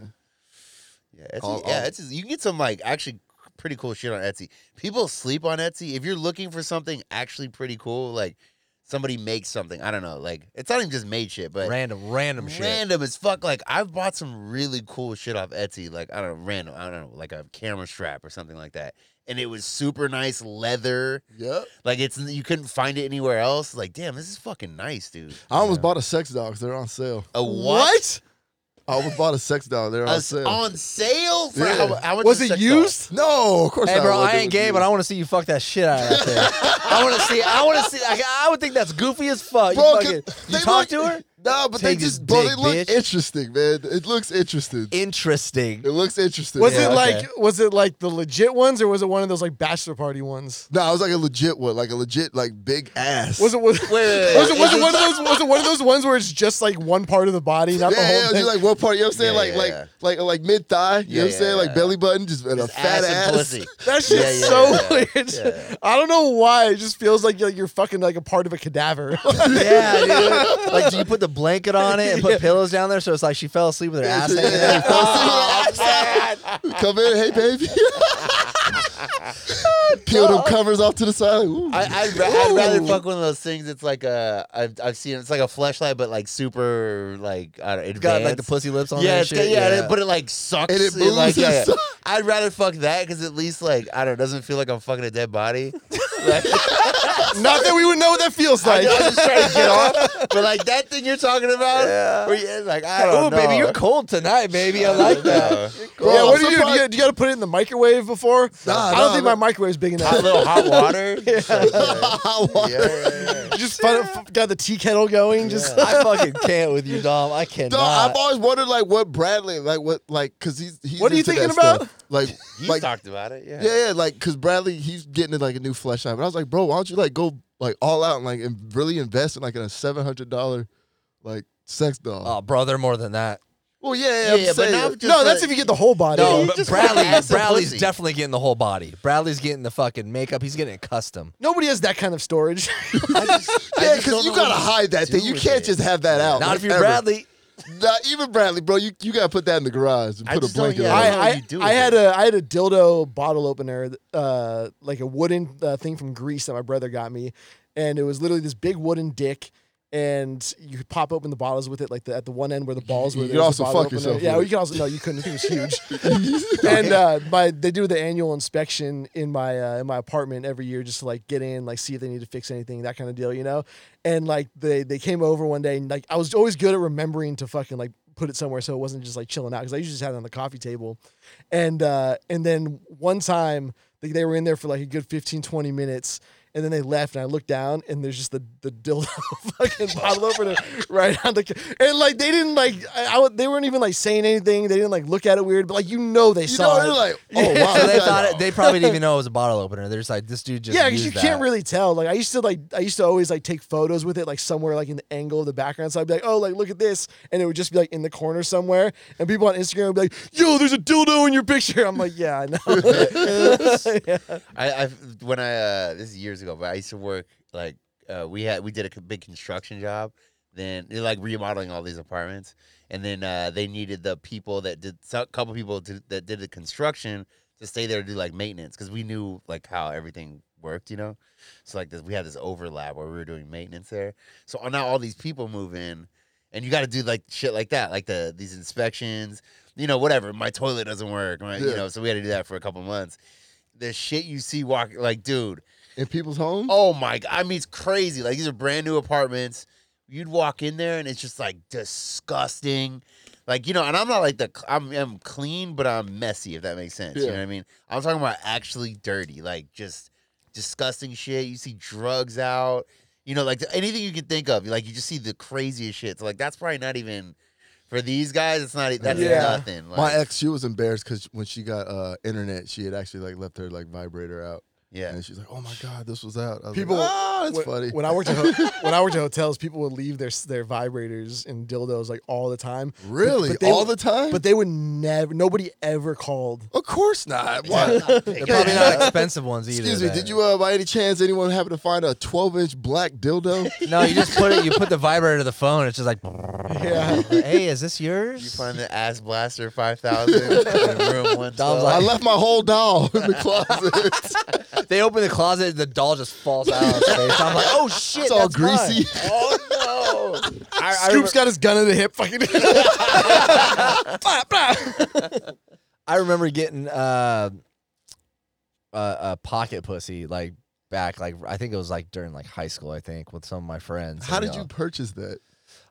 B: Yeah, Etsy,
A: All-
B: yeah,
A: all-
B: Etsy's, you can get some like actually pretty cool shit on Etsy. People sleep on Etsy. If you're looking for something actually pretty cool, like somebody makes something, I don't know, like it's not even just made shit, but
D: Random, random shit.
B: random as fuck. Like I've bought some really cool shit off Etsy. Like I don't know, random. I don't know, like a camera strap or something like that. And it was super nice leather.
A: Yep.
B: Like it's you couldn't find it anywhere else. Like damn, this is fucking nice, dude.
A: I almost bought a sex doll because they're on sale.
B: A
C: What?
A: I almost bought a sex doll. They're
B: A
A: on
B: s-
A: sale.
B: on sale for
A: Yeah.
B: how, how much
C: Was
B: is
C: it
B: sex doll?
C: used?
A: no, of course
D: Hey,
A: not.
D: bro,
A: What
D: I
A: they
D: ain't
A: would
D: gay,
A: do.
D: but I want to see you fuck that shit out of that thing. I want to see. I want to see. I, I would think that's goofy as fuck.
A: Bro,
D: you
A: 'cause
D: fucking, you
A: they
D: talk
A: look-
D: to her.
A: No, but they
D: Take his
A: just, bro,
D: dick,
A: they look
D: bitch.
A: interesting, man. It looks interesting. It,
D: Interesting.
A: looks interesting.
C: Was it
D: Yeah, okay.
C: like was it like the legit ones or was it one of those like bachelor party ones?
A: No, it was like a legit one, like a legit, like big ass.
C: Was it was,
B: wait,
C: was it
B: wait.
C: was it one of those was it one of those ones where it's just like one part of the body, not
A: yeah,
C: the whole
A: yeah, it was
C: thing?
A: just like one part. You know what I'm saying?
B: Yeah,
A: like,
B: yeah,
A: like,
B: yeah.
A: like, like mid thigh. You
B: Yeah,
A: know what I'm
B: yeah,
A: saying?
B: yeah.
A: Like belly button, just, and a
B: Just
A: fat
B: and
A: ass.
B: pussy.
C: That's
B: Yeah,
C: just
B: yeah,
C: so
B: yeah, yeah.
C: weird.
B: Yeah.
C: I don't know why. It just feels like you're, you're fucking like a part of a cadaver.
D: Yeah, dude. Like, do you put the blanket on it and put pillows down there so it's like she fell asleep with her ass hanging
A: Yeah.
D: out?
A: Come in, hey baby. Peel them covers off to the side. Ooh.
B: I, I'd, ra- I'd rather fuck one of those things that's like a I've I've seen it's like a flashlight but like super like I don't advanced.
D: It's got like the pussy lips on
B: yeah,
D: there.
B: it's got-
D: shit.
B: yeah, and it- but it like sucks.
A: And it moves and
B: like, yeah.
A: sucks.
B: I'd rather fuck that because at least like I don't know, it doesn't feel like I'm fucking a dead body.
C: not that we would know what that feels
B: I
C: like.
B: know, I'm just trying to get off, but like that thing you're talking about,
D: Yeah.
B: where you- like I don't
D: Oh,
B: know,
D: baby, you're cold tonight, baby. I like that.
A: Bro,
B: Oh,
C: yeah, what
A: I'm
C: do you do?
A: surprised-
C: You, you got to put it in the microwave before?
A: Nah,
C: I don't
A: nah,
C: think
A: nah.
C: my microwave's big enough.
B: Hot little hot water. yeah.
A: Hot water.
B: Uh, yeah, yeah,
C: You just fun, f- got the tea kettle going. Just
D: I fucking can't with you, Dom.
A: Dog,
D: I
A: I've
D: cannot.
A: always wondered like what Bradley like what like cause he's he's
C: What are you
A: into that
C: thinking about?
A: stuff. Like
B: You
A: like
B: talked about it, yeah.
A: yeah yeah like cause Bradley he's getting like a new flashlight. But I was like, bro, why don't you like go like all out and like and really invest in like a seven hundred dollar like sex doll?
D: Oh, bro, they're more than that.
A: well, yeah, yeah,
B: Yeah, yeah, but
A: I'm saying,
B: now just
C: no,
B: a-
C: that's if you get the whole body.
D: No,
B: you
D: but
B: just
D: Bradley,
B: fucking ass and
D: Bradley's
B: pussy.
D: definitely getting the whole body. Bradley's getting the fucking makeup. He's getting it custom.
C: Nobody has that kind of storage.
B: I just- I
A: yeah,
B: just
A: because
B: don't
A: you
B: know
A: gotta
B: what to
A: hide that
B: do
A: thing. You
B: with
A: can't
B: it.
A: just have that out.
D: Not
A: like,
D: if you're
A: ever.
D: Bradley.
A: Not even Bradley, bro. You you gotta put that in the garage and
B: I
A: put a
B: just don't-
A: blanket
B: yeah,
A: on.
B: I don't
A: it.
B: know
C: I,
B: what you
C: I,
B: do
C: I
B: with
C: had
B: it.
C: a I had a dildo bottle opener, uh, like a wooden uh, thing from Greece that my brother got me, and it was literally this big wooden dick, and you could pop open the bottles with it, like the, at the one end where the balls were.
A: you
C: there
A: could
C: was
A: also
C: a bottle
A: fuck yourself
C: opener. Yeah,
A: with
C: well,
A: it.
C: you could also no, you couldn't. It was huge. and uh, my they do the annual inspection in my uh, in my apartment every year just to like get in like see if they need to fix anything that kind of deal you know and like they they came over one day and like I was always good at remembering to fucking like put it somewhere so it wasn't just like chilling out because I usually just had it on the coffee table. And uh, and then one time they, they were in there for like a good 15, 20 minutes. And then they left, and I looked down, and there's just the the dildo fucking bottled opener right on the, ca- and like they didn't like I, I- they weren't even like saying anything, they didn't like look at it weird, but like you know they
A: You
C: saw
A: know,
C: it.
A: they're like, oh wow,
D: Wow, so they
A: that's-
D: thought it, they probably didn't even know it was a bottle opener. They're just like, this dude just
C: yeah, 'cause
D: used
C: you
D: that.
C: can't really tell. Like I used to like I used to always like take photos with it like somewhere like in the angle of the background. So I'd be like, oh, like look at this, and it would just be like in the corner somewhere. And people on Instagram would be like, yo, there's a dildo in your picture. I'm like, yeah, I know. Yeah.
B: I, I when I uh, this is years ago, but I used to work like uh, we had we did a co- big construction job. Then they're like remodeling all these apartments, and then uh, they needed the people that did a couple people to, that did the construction to stay there to do like maintenance because we knew like how everything worked, you know. So like this, we had this overlap where we were doing maintenance there. So oh, now all these people move in, and you got to do like shit like that, like the these inspections, you know, whatever. My toilet doesn't work, right? You
A: Yeah.
B: know, so we had to do that for a couple months. The shit you see walk like, dude,
A: in people's homes.
B: oh my god, I mean, it's crazy. Like these are brand new apartments. You'd walk in there and it's just like disgusting. Like you know, and I'm not like the cl- I'm, I'm clean, but I'm messy. If that makes sense, you know
A: Yeah.
B: what I mean. I'm talking about actually dirty, like just disgusting shit. You see drugs out, you know, like anything you can think of. Like you just see the craziest shit. So like that's probably not even for these guys. It's not e, that's
C: Yeah.
B: nothing. Like,
A: My ex, she was embarrassed because when she got uh, internet, she had actually like left her like vibrator out,
B: yeah,
A: and she's like, "Oh my god, this was out." I was
C: People-
A: like, "Oh, that's
C: when,
A: funny."
C: when I worked at ho- when I worked at hotels, people would leave their s- their vibrators and dildos like all the time.
A: really,
C: but they
A: all
C: were-
A: the time?
C: But they would never. Nobody ever called.
A: of course not. What?
D: They're probably not expensive ones either.
A: Excuse me.
D: then.
A: Did you, uh, by any chance, anyone happen to find a 12-inch black dildo?
D: No, you just put it. You put the vibrator to the phone. It's just like,
C: Yeah.
D: hey, is this yours?
B: you find the ass blaster five thousand in room one.
D: Dom's like,
A: I left my whole doll in the closet.
D: They open the closet, the doll just falls out of his face. I'm like, oh shit,
A: it's all
D: that's mine."
A: greasy.
B: Oh no! I, I
C: Scoop's got his gun at the hip. Fucking. Blah, blah.
D: I remember getting uh, a, a pocket pussy like back, like I think it was like during like high school. I think with some of my friends.
A: How
D: and,
A: did
D: uh,
A: you purchase that?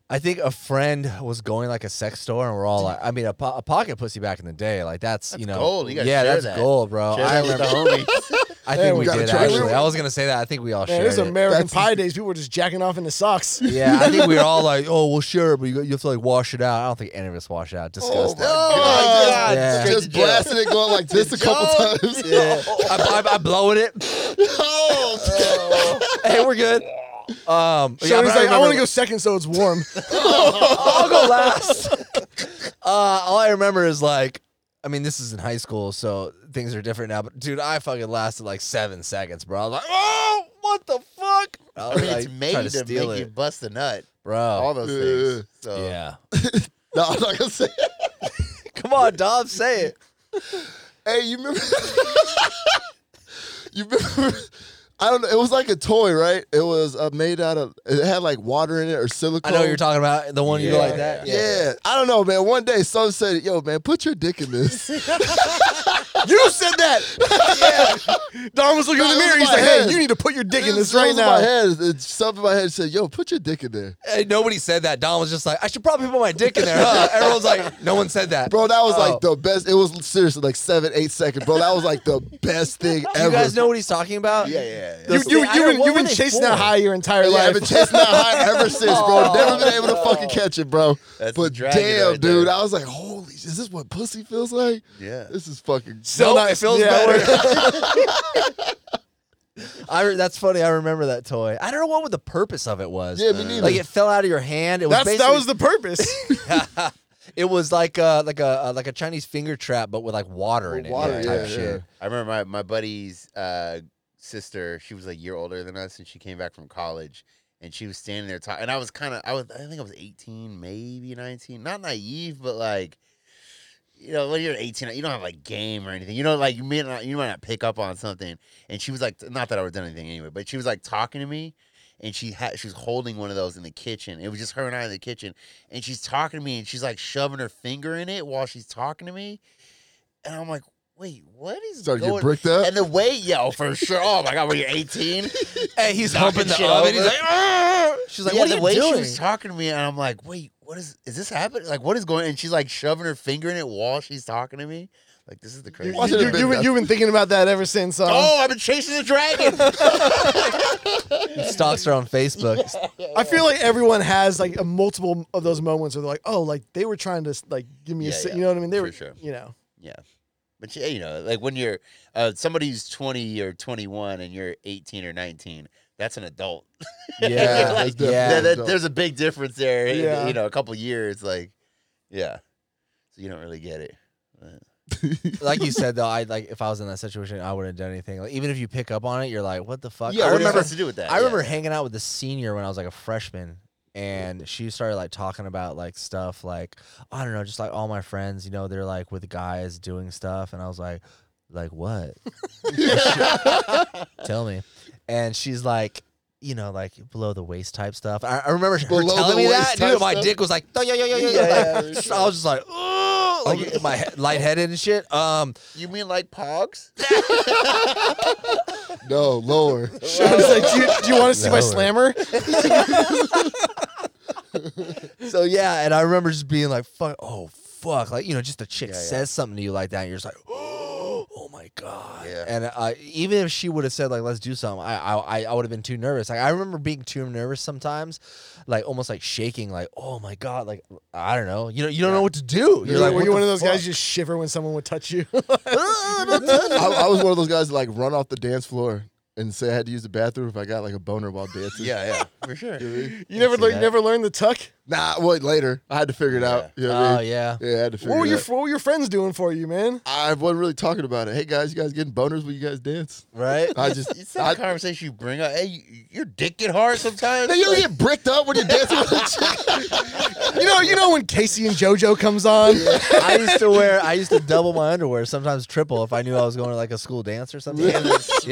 D: I think a friend was going like a sex store, and we're all like, I mean, a, po- a pocket pussy back in the day, like that's, you know,
B: gold. You gotta
D: yeah,
B: share
D: that's
B: that.
D: gold, bro.
B: Share
D: I,
B: that with the homies.
D: I
C: Hey,
D: think
C: we
D: we,
A: gotta
D: did
A: try it.
D: actually. I was gonna say that. I think we all
C: Man,
D: shared
C: there's
D: it.
C: American
A: That's-
C: Pie days. People were just jacking off in the socks.
D: Yeah, I think we were all like, oh, well, sure, but you, you have to like wash it out. I don't think any of us wash it out. Disgusting.
A: Oh,
B: God.
D: Yeah.
B: Straight
A: Just
B: to jail.
A: blasting it, going like this a couple times.
D: Yeah. I, I, I blow in it. hey, we're good. Um, yeah,
C: Shoney's
D: but
C: like, I want to
D: remember-
C: go second so it's warm.
D: I'll go last. uh, all I remember is like, I mean, this is in high school, so things are different now. But dude, I fucking lasted like seven seconds, bro. I was like, oh, what the fuck? I
B: I
D: was
B: mean, it's
D: like,
B: made
D: trying
B: to,
D: to steal
B: make you
D: it,
B: bust a nut. All
D: bro.
B: those
A: Yeah.
B: things. So
D: Yeah.
A: No, I'm not gonna say.
D: Come on, Dom, say it.
A: Hey, you remember? you remember? I don't know. It was like a toy, right? It was uh, made out of. It had like water in it or
D: I
A: silicone.
D: know what you're talking about. The one you go
B: Yeah.
D: like that.
A: Yeah. I don't know, man. One day, someone said, "Yo, man, put your dick in this."
C: you said that. yeah. Don was looking in
A: Nah,
C: the
A: it was
C: mirror.
A: in
C: He's
A: my
C: like,
A: head.
C: hey, you need to put your dick in
A: It was
C: this right
A: in My
C: now.
A: head, It's something in my head said, "Yo, put your dick in there."
D: Hey, nobody said that. Dom was just like, I should probably put my dick in there, huh? Everyone's like, no one said that.
A: Bro, that was
D: Oh.
A: like the best. It was seriously like seven, eight seconds, bro. That was like the best thing
D: Do
A: ever.
D: you guys know what he's talking about?
B: yeah, yeah. yeah.
C: You,
D: That's
C: you,
D: the thing. I
C: you,
D: don't-
C: been,
D: what
C: you've
D: were
C: been
D: they
C: chasing
D: for?
C: that high your entire
A: Yeah, I've
C: life.
A: been chasing that high ever since, bro. Never been able to fucking catch it, bro.
B: Oh. That's the
A: but
B: dragon
A: damn,
B: right
A: dude,
B: there.
A: I was like, holy, sh- is this what pussy feels like?
B: Yeah.
A: This is fucking.
C: Nope,
D: Still not, it feels
C: yeah.
D: better. I re- that's funny. I remember that toy. I don't know what the purpose of it was.
A: Yeah, me neither.
D: like it fell out of your hand. It was
C: That's, that
D: basically,
C: was the purpose.
D: it was like a like a uh, like a Chinese finger trap, but with like water in it.
A: water,
D: yeah,
A: yeah,
D: type shit.
B: I remember my, my buddy's uh, sister. She was a year older than us, and she came back from college, and she was standing there talking. And I was kind of, I was, I think I was eighteen, maybe nineteen. Not naive, but like, you know, when you're eighteen, you don't have like game or anything. You know, like you may not, you might not pick up on something. And she was like, not that I would done anything anyway, but she was like talking to me. And she had she was holding one of those in the kitchen. It was just her and I in the kitchen. And she's talking to me and she's like shoving her finger in it while she's talking to me. And I'm like, wait, what is
A: Started to
B: going
A: get bricked up.
B: and the way, yo, for sure. Oh my god, when you're 18,
D: Hey, he's
B: Knocking
D: humping the
B: shit
D: oven. He's
B: over.
D: like, "Arr!" she's like,
B: "Ah!" yeah,
D: what
B: the
D: are you
B: way she
D: doing?
B: was talking to me, and I'm like, wait, what is is this happening? Like, what is going? And she's like shoving her finger in it while she's talking to me. Like, this is the
C: You,
B: crazy.
A: Wasn't
C: you,
A: it
C: have
A: been-
C: been thinking about that ever since. Um,
B: Oh, I've been chasing the dragon.
D: He stalks her on Facebook.
C: I feel like everyone has like a multiple of those moments where they're like, oh, like they were trying to like give me
B: Yeah,
C: a, si-"
B: yeah,
C: you know what I mean? They
B: for
C: were,
B: sure.
C: you know,
B: Yeah. But yeah, you know, like when you're uh, somebody who's 20 or 21 and you're 18 or 19, that's an adult.
D: Yeah,
A: that's
B: Like,
D: yeah.
A: definitely
B: There- there-
A: dope.
B: there's a big difference there. in,
C: Yeah.
B: You know, a couple years, like, yeah. So you don't really get it. But-
D: like you said though, I like if I was in that situation, I wouldn't have done anything. Like, even if you pick up on it, you're like, what the fuck?
B: yeah,
D: I
B: what are you
D: remember
B: supposed to do with that?
D: I
B: Yeah.
D: remember hanging out with the senior when I was like a freshman, and she started like talking about like stuff like I don't know, just like all my friends, you know, they're like with guys doing stuff, and I was like, like what? Tell me. And she's like, you know, like below the waist type stuff. I, I remember her
A: Below
D: telling
A: the
D: me
A: waist
D: that,
A: type
D: dude. My
A: stuff?
D: dick was like, yo yo yo yo yo.
A: Yeah,
D: like,
A: yeah,
D: I was just like, oh, like my head, lightheaded and shit. Um,
B: You mean like pogs?
A: no, lower.
C: I was like, do you, do you want to see my slammer?
D: Lower. So yeah, and I remember just being like, "Fuck, oh fuck!" Like you know, just a chick
B: Yeah, yeah.
D: says something to you like that, and you're just like, "Oh, oh my god!"
B: Yeah.
D: And uh, even if she would have said like, "Let's do something," I I I- I would have been too nervous. Like I remember being too nervous sometimes, like almost like shaking, like, "Oh my god!" Like I don't know, you know, you don't know what to do. You're
C: Were-
D: like,
C: were
D: what
C: you
D: the
C: one of those
D: fuck?
C: guys you just shiver when someone would touch you?
A: I, I was one of those guys that like run off the dance floor and say I had to use the bathroom if I got like a boner while dancing.
B: yeah, yeah, for sure.
C: You never,
D: see
C: learn, you
D: that.
C: never learned the tuck.
A: Nah, what later? I had to figure it out. You know what
D: Oh
A: I mean?
D: yeah.
A: Yeah, I had to figure
C: What were
A: it
C: your
A: out.
C: what were your friends doing for you, man?
A: I wasn't really talking about it. Hey guys, you guys getting boners when you guys dance?
D: Right?
A: I just
B: It's
A: I,
B: that conversation you bring up. Hey, you- your dick get hard sometimes.
A: Now, you don't get bricked up when you're dancing with a chick.
C: You know, you know when Casey and JoJo comes on.
D: I used to wear, I used to double my underwear, sometimes triple, if I knew I was going to like a school dance or something. Yeah, bro.
A: Keep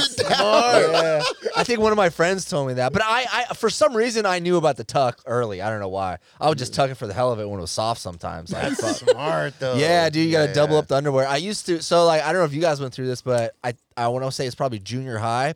A: it down.
D: Yeah. I think one of my friends told me that, but I, I for some reason I knew about the tuck early. I don't know why. I would just tuck it for the hell of it when it was soft sometimes. Like, fuck.
B: smart though.
D: Yeah, dude, you gotta
B: Yeah,
D: double
B: yeah.
D: up the underwear. I used to, so like I don't know if you guys went through this, but I I want to say it's probably junior high,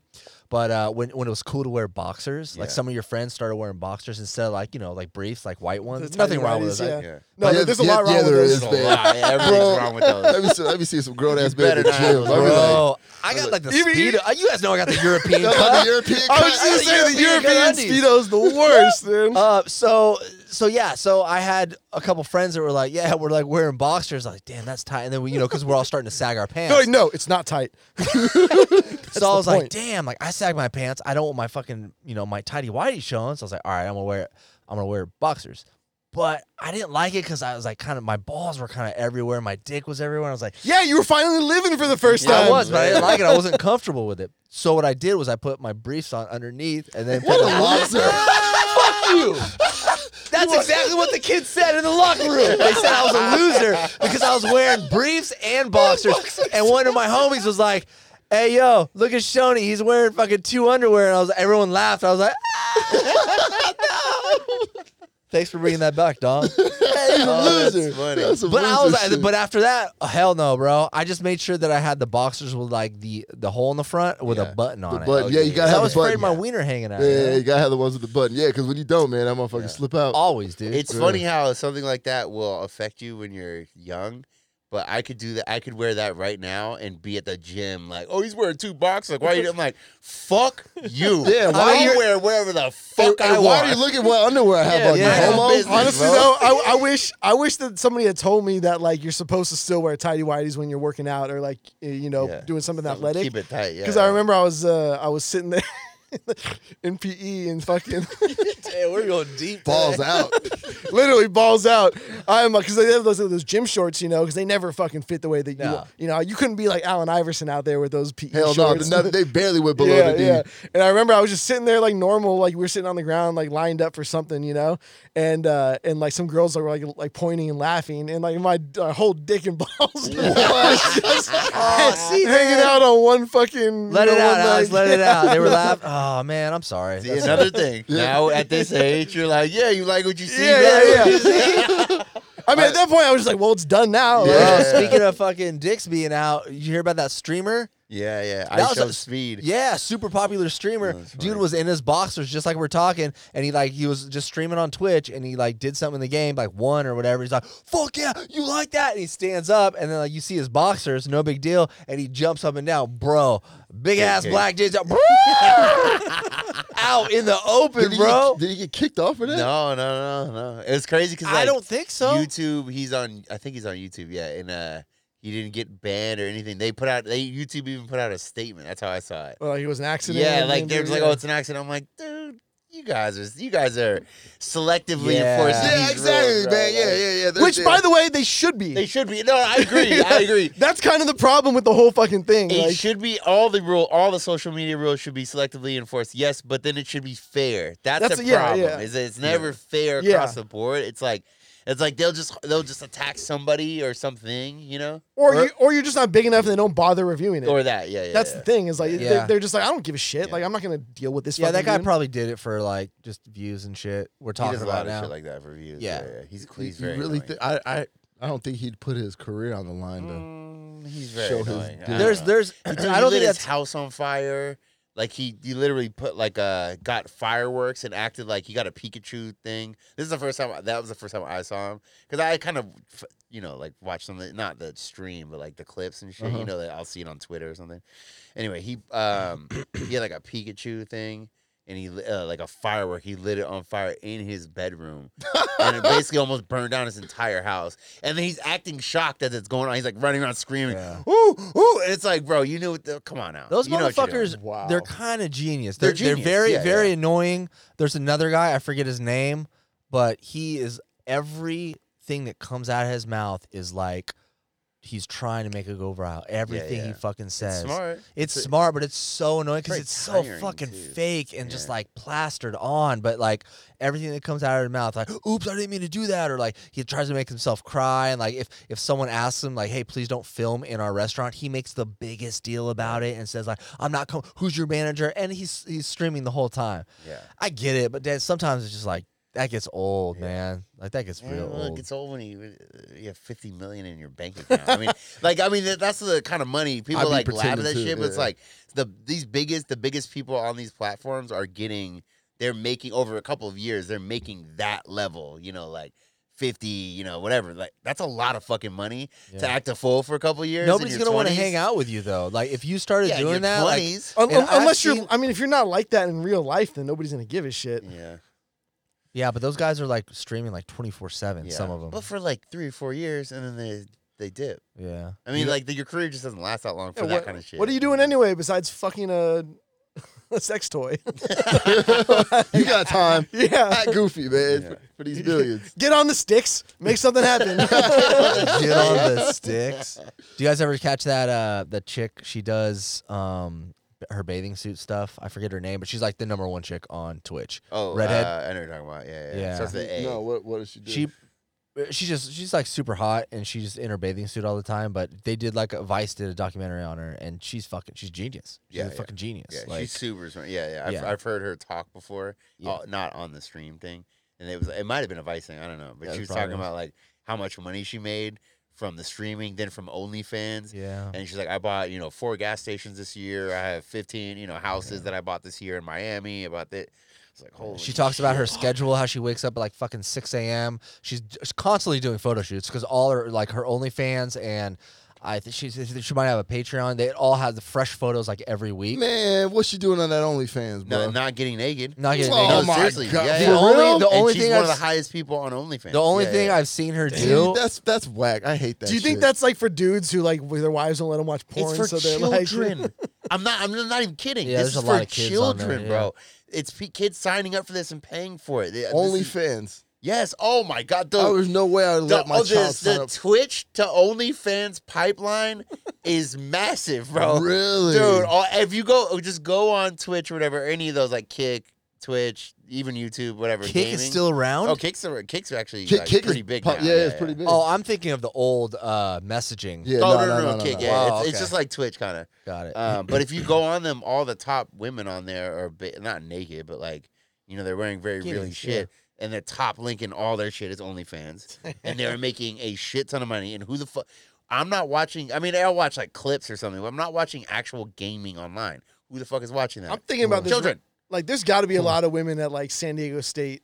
D: but uh, when when it was cool to wear boxers, like
B: Yeah.
D: some of your friends started wearing boxers instead of like you know like briefs, like white ones.
C: The
D: Nothing
C: tiny
D: wrong with
C: whities,
D: those. I-
C: yeah.
B: Yeah.
C: No,
A: Yeah,
C: there's a
A: yeah,
C: lot wrong
A: yeah,
C: with
A: there
C: those.
A: is.
B: There's a
A: Bro.
B: lot. Everything's wrong with those.
A: Let me see, let me see some grown ass
B: better
A: man in the
B: not have
A: gym.
B: those.
A: I'll be like,
D: Bro, I got like the
C: Even
D: speed.
C: you-
D: uh, you guys know I got the European.
A: "That's
D: cut.
A: like a European
C: I
A: cut."
C: was just saying the European
D: European
C: speedo's the worst, dude.
D: Uh, so so yeah, so I had a couple friends that were like, yeah, we're like wearing boxers, like damn, that's tight, and then we, you know, because we're all starting to sag our pants.
C: No, wait, no, it's not tight.
D: so I was like,
C: point.
D: damn, like I sag my pants, I don't want my fucking, you know, my tidy whitey showing. So I was like, all right, I'm gonna wear, I'm gonna wear boxers. But I didn't like it because I was like, kind of, my balls were kind of everywhere, my dick was everywhere. and I was like,
C: Yeah, you were finally living for the first
D: I
C: time.
D: was, but I
B: yeah.
D: didn't like it. I wasn't comfortable with it. So what I did was I put my briefs on underneath, and then put
A: What
D: the
A: a
D: boxer.
A: loser.
D: Fuck you. That's exactly what the kids said in the locker room. They said I was a loser because I was wearing briefs and boxers. And one of my homies was like, "Hey, yo, look at Shoney. He's wearing fucking two underwear." And I was, everyone laughed. I was like, "Ah, no." Thanks for bringing that back, dog. Oh,
A: He's a loser.
B: that's funny.
A: That's some
D: But I
A: loser
D: was like,
A: shit.
D: but after that, uh, hell no, bro. I just made sure that I had the boxers with like the the hole in the front with
B: Yeah.
D: a button on
A: The
D: it.
A: button. Yeah, you gotta
D: I
A: have
D: was
A: the button.
D: afraid my wiener hanging out.
A: yeah,
D: you know?
A: yeah, you gotta have the ones with the button. Yeah, because when you don't, man, that motherfucker slip out.
D: Always, dude.
B: It's
A: Yeah.
B: funny how something like that will affect you when you're young. But I could do that. I could wear that right now and be at the gym like, oh, he's wearing two boxes. Like, why you? I'm like, fuck you.
A: Yeah, why
B: why
A: you-
B: you wear whatever the fuck
A: Hey,
B: I
A: why
B: want?
A: do you look at what underwear I have on?
D: yeah.
A: You homo?
B: Business,
C: Honestly,
B: bro.
C: though, I, I wish I wish that somebody had told me that like you're supposed to still wear tidy whities when you're working out or like eh, you know
B: Yeah.
C: doing something
B: Something
C: athletic.
B: Keep it tight. Yeah.
C: Because I remember I was uh, I was sitting there in PE and fucking
D: we're going deep.
A: Balls out.
C: literally balls out. I'm because they have those those gym shorts, you know, because they never fucking fit the way that you
D: No.
C: you know you couldn't be like Allen Iverson out there with those PE
A: Hell no,
C: shorts.
A: the- they barely went below
C: yeah,
A: the knee.
C: yeah. And I remember I was just sitting there like normal, like we were sitting on the ground, like lined up for something, you know, and uh, and like some girls were like like pointing and laughing, and like my uh, whole dick and balls was just
B: Ah,
C: hanging out on one fucking.
D: Let
C: you
D: it
C: know,
D: out,
C: one
D: Alex.
C: leg.
D: Let it out. They were laughing. Oh man, I'm sorry.
B: See,
D: That's-
B: another thing. Now at this age, you're like, yeah, you like what you see.
C: Yeah,
B: bro?
C: yeah, I mean, at that point, I was just like, well, it's done now.
D: Bro,
B: Yeah.
D: speaking of fucking dicks being out, you hear about that streamer?
B: Yeah, yeah.
D: That
B: I
D: was
B: showed
D: a-
B: speed.
D: Yeah, super popular streamer.
B: That's
D: Dude
B: funny.
D: was in his boxers just like we're talking, and he like he was just streaming on Twitch, and he like did something in the game, like one or whatever. He's like, "Fuck yeah, you like that?" And he stands up, and then like you see his boxers, no big deal, and he jumps up and down, bro. Big ass
B: Okay.
D: black dude's out, out in the open,
A: Did he,
D: bro.
A: Get, did he get kicked off for that?
B: No, no, no, no. It was crazy because
D: I don't think so.
B: YouTube. He's on. I think he's on YouTube. Yeah, and uh, he didn't get banned or anything. They put out. They YouTube even put out a statement. That's how I saw it.
C: Well, like it was an accident.
B: yeah,
C: and
B: like
C: then
B: they're
C: they-
B: just like, oh, it's an accident. I'm like, dude. You guys are you guys are selectively
D: Yeah.
B: enforcing.
D: Yeah,
B: these rules, bro. Like,
A: yeah. They're-
C: Which,
A: they're-
C: by the way, they should be.
B: They should be. No, I agree. I agree.
C: That's kind of the problem with the whole fucking thing.
B: It
C: Like,
B: should be all the rule, all the social media rules should be selectively enforced. Yes, but then it should be fair. That's,
C: That's-
B: the
C: yeah,
B: problem.
C: yeah.
B: Is that it's never fair
C: Yeah.
B: across the board. It's like, it's like they'll just they'll just attack somebody or something, you know,
C: or
B: or-
C: you, or you're just not big enough and they don't bother reviewing it.
B: or that. Yeah, yeah.
C: That's
B: yeah.
C: the thing. Is like they-
D: Yeah.
C: they're, just like, I don't give a shit. Like I'm not gonna deal with this.
D: yeah, that
C: fucking
D: guy
C: dude.
D: probably did it for like just views and shit. We're
B: he
D: talking
B: does a lot
D: about now.
B: of shit like that for views.
D: Yeah.
B: Yeah, yeah. He's
A: You-
B: he's
A: you
B: very
A: really
B: annoying.
A: thi- I, I I don't think he'd put his career on the line though.
B: Mm, he's very
A: show his
B: annoying.
A: dick.
B: I don't
D: there's
B: know.
D: there's
B: He took-
D: I
B: he
D: don't
B: lit
D: think
B: his
D: that's
B: house on fire. Like he, he literally put like uh got fireworks and acted like he got a Pikachu thing. This is the first time I- that was the first time I saw him because I kind of f- you know like watched some of the, not the stream but like the clips and shit.
A: Uh-huh.
B: You know that I'll see it on Twitter or something. Anyway, he um he had like a Pikachu thing and he li- uh, like a firework. He lit it on fire in his bedroom and it basically almost burned down his entire house. And then he's acting shocked as it's going on. He's like running around screaming,
D: Yeah.
B: ooh, ooh. And it's like, bro, you knew what the, come on now.
D: Those
B: You know what you're doing.
D: motherfuckers,
C: Wow.
D: they're kind of genius. They're,
B: They're
D: they're
B: genius.
D: very,
B: Yeah,
D: very
B: yeah.
D: annoying. There's another guy, I forget his name, but he is everything that comes out of his mouth is like he's trying to make it go viral. Everything he
B: yeah.
D: fucking
B: It's
D: says.
B: smart.
D: It's smart, but it's so annoying because
B: very
D: it's so
B: tiring,
D: fucking
B: too.
D: fake and just
B: Yeah.
D: like plastered on. But like everything that comes out of his mouth, like "Oops, I didn't mean to do that," or like he tries to make himself cry. And like if if someone asks him like, "Hey, please don't film in our restaurant," he makes the biggest deal about it and says like, "I'm not coming. Who's your manager?" And he's he's streaming the whole time.
B: Yeah.
D: I get it, but then sometimes it's just like that gets old, man. Like that gets
B: Yeah,
D: real
B: well, It
D: old.
B: gets old when you, uh, you have 50 million in your bank account. I mean, like, I mean, that- that's the kind of money
A: I'd
B: people
A: be
B: like laugh at
A: pretending
B: that
A: too,
B: shit, but it's
A: yeah.
B: like the these biggest, the biggest people on these platforms are getting, they're making over a couple of years, they're making that level, you know, like 50, you know, whatever. Like, that's a lot of fucking money to
D: Yeah.
B: act a fool for a couple of years. in
D: Nobody's
B: your
D: gonna want to
B: 20s.
D: hang out with you though. Like if you started
B: Yeah, in your
D: doing that, like,
B: 20s.
C: Un-
D: And
C: un-
D: I've
C: unless you're,
D: seen-
C: I mean, if you're not like that in real life, then nobody's gonna give a shit.
D: oh,
B: yeah.
D: Yeah, but those guys are like streaming like 24 7, some of them.
B: But for like three or four years, and then they they dip.
D: yeah.
B: I mean,
A: Yeah.
B: like the, your career just doesn't last that long for
C: Yeah,
B: that
C: what,
B: kind of shit.
C: what are you doing anyway besides fucking a, a sex toy?
A: you got time.
C: yeah,
A: Act goofy, man,
B: Yeah.
A: for, for these billions.
C: get on the sticks, make something happen.
D: Get on the sticks. Do you guys ever catch that uh the chick she does um her bathing suit stuff? I forget her name, but she's like the number one chick on Twitch.
B: Oh,
D: Redhead?
B: Uh, I know what you're talking about. Yeah, yeah.
D: Yeah.
B: yeah. Starts with A.
A: No, what what does she do?
D: She she just she's like super hot and she's in her bathing suit all the time, but they did like a Vice did a documentary on her and she's fucking she's genius. She's
B: Yeah,
D: a
B: yeah.
D: fucking genius.
B: yeah,
D: like
B: she's super smart. Yeah, yeah. I've,
D: Yeah.
B: I've heard her talk before,
D: Yeah.
B: uh, not on the stream thing, and it was it might have been a Vice thing. I don't know, but
D: Yeah, it
B: she was
D: probably
B: talking
D: was.
B: about like how much money she made from the streaming, then from OnlyFans.
D: yeah.
B: And she's like, I bought, you know, four gas stations this year. I have 15, you know, houses that I bought this year in Miami. About that. It's like, holy
D: She talks about
B: shit.
D: her schedule, how she wakes up at like fucking six a.m. She's d- constantly doing photo shoots because all her like her OnlyFans and I think she she might have a Patreon. They all have the fresh photos like every week.
A: man, what's she doing on that OnlyFans,
B: No,
A: bro?
B: not getting naked.
D: Not getting
A: Oh
B: no,
D: naked.
A: my
B: seriously.
A: God.
B: Yeah,
D: The
B: yeah.
D: only-
A: real?
D: the
B: and
D: only
B: she's
D: thing
B: one
D: I've
B: of
D: s-
B: the highest people on OnlyFans.
D: The only
B: Yeah,
D: thing
B: yeah.
D: I've seen her
A: Dude,
D: do.
A: that's that's whack. I hate that.
C: Do you think
A: shit.
C: that's like for dudes who like their wives won't let them watch porn,
B: it's
C: so
B: for
C: they're like,
B: children. I'm not. I'm not even kidding.
D: Yeah,
B: this
D: there's
B: is
D: a
B: for
D: lot of kids on there,
B: children, bro. It's pe- kids signing up for this and paying for it. This is-
A: OnlyFans?
B: yes. Oh my God,
A: Oh,
B: dude.
A: there's no way I would
B: The,
A: let my
B: oh,
A: child
B: this,
A: sign
B: the
A: up.
B: Twitch to OnlyFans pipeline is massive, bro.
A: Really,
B: Dude, oh, all, if you go, just go on Twitch or whatever, any of those like Kick, Twitch, even YouTube, whatever.
D: Kick
B: gaming.
D: is still around.
B: Oh, Kicks are Kicks are actually
A: Kick,
B: like,
A: Kick is
B: pretty big.
A: pop-
B: now.
A: Yeah, it's pretty big.
D: Oh, I'm thinking of the old uh, messaging.
A: yeah,
B: oh,
A: no,
B: no, no, no,
A: no,
B: Kick.
A: no.
B: Yeah,
D: Wow,
B: it's, it's
D: okay.
B: just like Twitch, kind of.
D: Got it.
B: Um, but if you go on them, all the top women on there are ba- not naked, but like you know they're wearing very
D: Skinny,
B: revealing shit, and their top link in all their shit is OnlyFans, and they're making a shit ton of money. And who the fuck? I'm not watching. I mean, I'll watch like clips or something, but I'm not watching actual gaming online. Who the fuck is watching that?
C: I'm thinking about this.
B: Children.
C: Like, there's got to be a lot of women at like San Diego State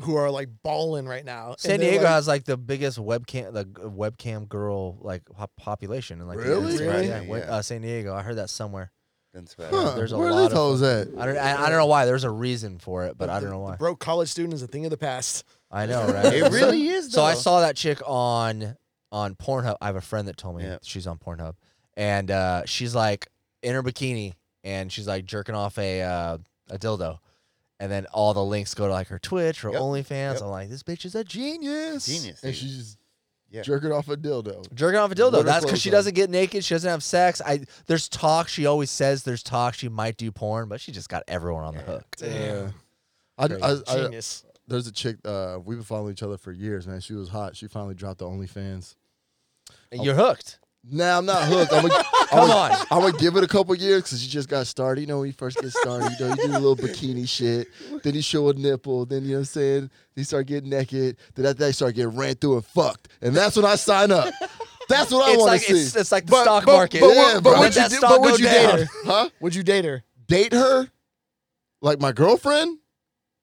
C: who are like balling right now. and
D: San
C: they're,
D: Diego
C: like-
D: has like the biggest webcam, the g- webcam girl like hop- population, in like the
A: Really?
D: United States.
A: Really?
D: Yeah, we-
A: Yeah.
D: uh, San Diego. I heard that somewhere.
B: That's bad.
A: Huh,
D: there's a
A: where
D: lot
A: are
D: of-
A: these hoes at?
D: I don't. I, I don't know why. There's a reason for it, but I
C: the-
D: don't know why.
C: The broke college student is a thing of the past.
D: I know, right?
B: It really is. Though.
D: So I saw that chick on on Pornhub. I have a friend that told me
B: Yeah.
D: she's on Pornhub, and uh, she's like in her bikini, and she's like jerking off a uh, a dildo, and then all the links go to like her Twitch, her
B: Yep.
D: OnlyFans.
B: Yep.
D: I'm like, this bitch is a genius.
B: genius.
A: And
B: dude.
A: she's just
B: Yeah.
A: jerking off a dildo.
D: Jerking off a dildo.
A: Little
D: That's because
A: clothes
D: she
A: on.
D: doesn't get naked. She doesn't have sex. I there's talk. She always says there's talk. She might do porn, but she just got everyone on the hook.
A: Yeah. I, I,
D: Crazy.
A: I,
C: Genius.
A: there's a chick. Uh, we've been following each other for years, man. She was hot. She finally dropped the OnlyFans.
B: Oh.
D: And you're hooked.
A: Nah, I'm not hooked. I'm gonna,
D: Come on.
A: I'm gonna give it a couple years because you just got started. You know, when you first get started, you know, you do a little bikini shit. Then you show a nipple. Then you know what I'm saying. Then you start getting naked. Then after that, you start getting ran through and fucked. And that's when I sign up. That's what I
D: It's
A: want
D: like
A: to see.
D: it's, it's like the
C: But-
D: stock
C: but-
D: market.
A: but
C: Yeah,
A: what- but
D: bro.
A: would
D: Let
A: you
D: that
A: do?
D: stock
A: But
D: go
A: would you
D: down.
A: date her? Huh?
C: Would you date her?
A: Date her? Like my girlfriend?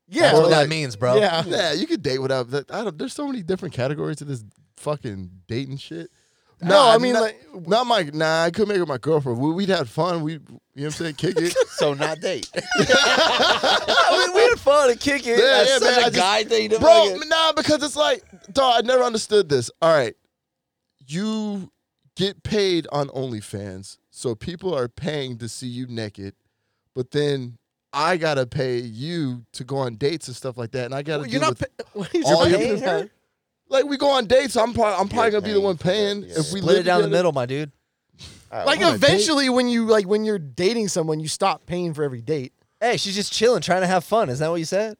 C: Yeah.
D: That's what
A: like-
D: that means, bro.
C: Yeah.
A: Yeah, you could date without that. I don't, there's so many different categories to this fucking dating shit.
C: No, I mean,
A: not,
C: like-
A: not my nah. I could make her my girlfriend. We, we'd had fun. We, you know, what I'm saying, kick it.
B: So not date.
D: I mean, we had fun and kick it.
A: Yeah, yeah, man, I just-
D: thing to
A: bro.
D: fucking-
A: Nah, because it's like, dog. I never understood this. All right, you get paid on OnlyFans, so people are paying to see you naked, but then I gotta pay you to go on dates and stuff like that, and I gotta.
C: Well,
A: deal
C: you're not.
A: with-
C: Pa- what are you
A: all
C: paying
A: your-
C: her?
A: like we go on dates. I'm probably I'm probably gonna be the
B: paying
A: one
B: for that,
A: paying
B: yeah.
A: if we
D: Split
A: live
D: it down the
A: together.
D: middle, my dude.
C: Like
B: Uh,
A: I'm on a date.
C: eventually, when you like when you're dating someone, you stop paying for every date.
D: Hey, she's just chilling, trying to have fun. Is that what you said?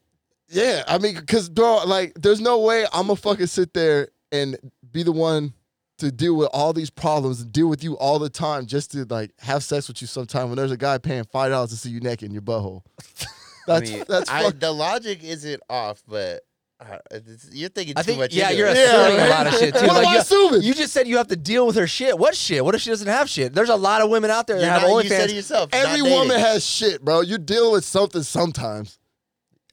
A: Yeah, I mean, cause bro, like, there's no way I'm gonna fucking sit there and be the one to deal with all these problems and deal with you all the time just to like have sex with you sometime when there's a guy paying five dollars to see you naked in your butthole.
B: I
A: That's
B: mean,
A: that's
B: I,
A: fuck-
B: the logic isn't off, but uh, it's- you're thinking too
D: I think.
B: much.
D: Yeah,
B: into
D: you're
B: it.
D: assuming
A: Yeah,
D: a lot of shit too.
A: what am
D: Like,
A: I
D: you-
A: assuming?
D: You just said you have to deal with her shit. What shit? What if she doesn't have shit? There's a lot of women out there that
B: You're
D: have
B: not- you said
D: OnlyFans.
B: to yourself. not
A: Every
B: dating.
A: woman has shit, bro. You deal with something sometimes.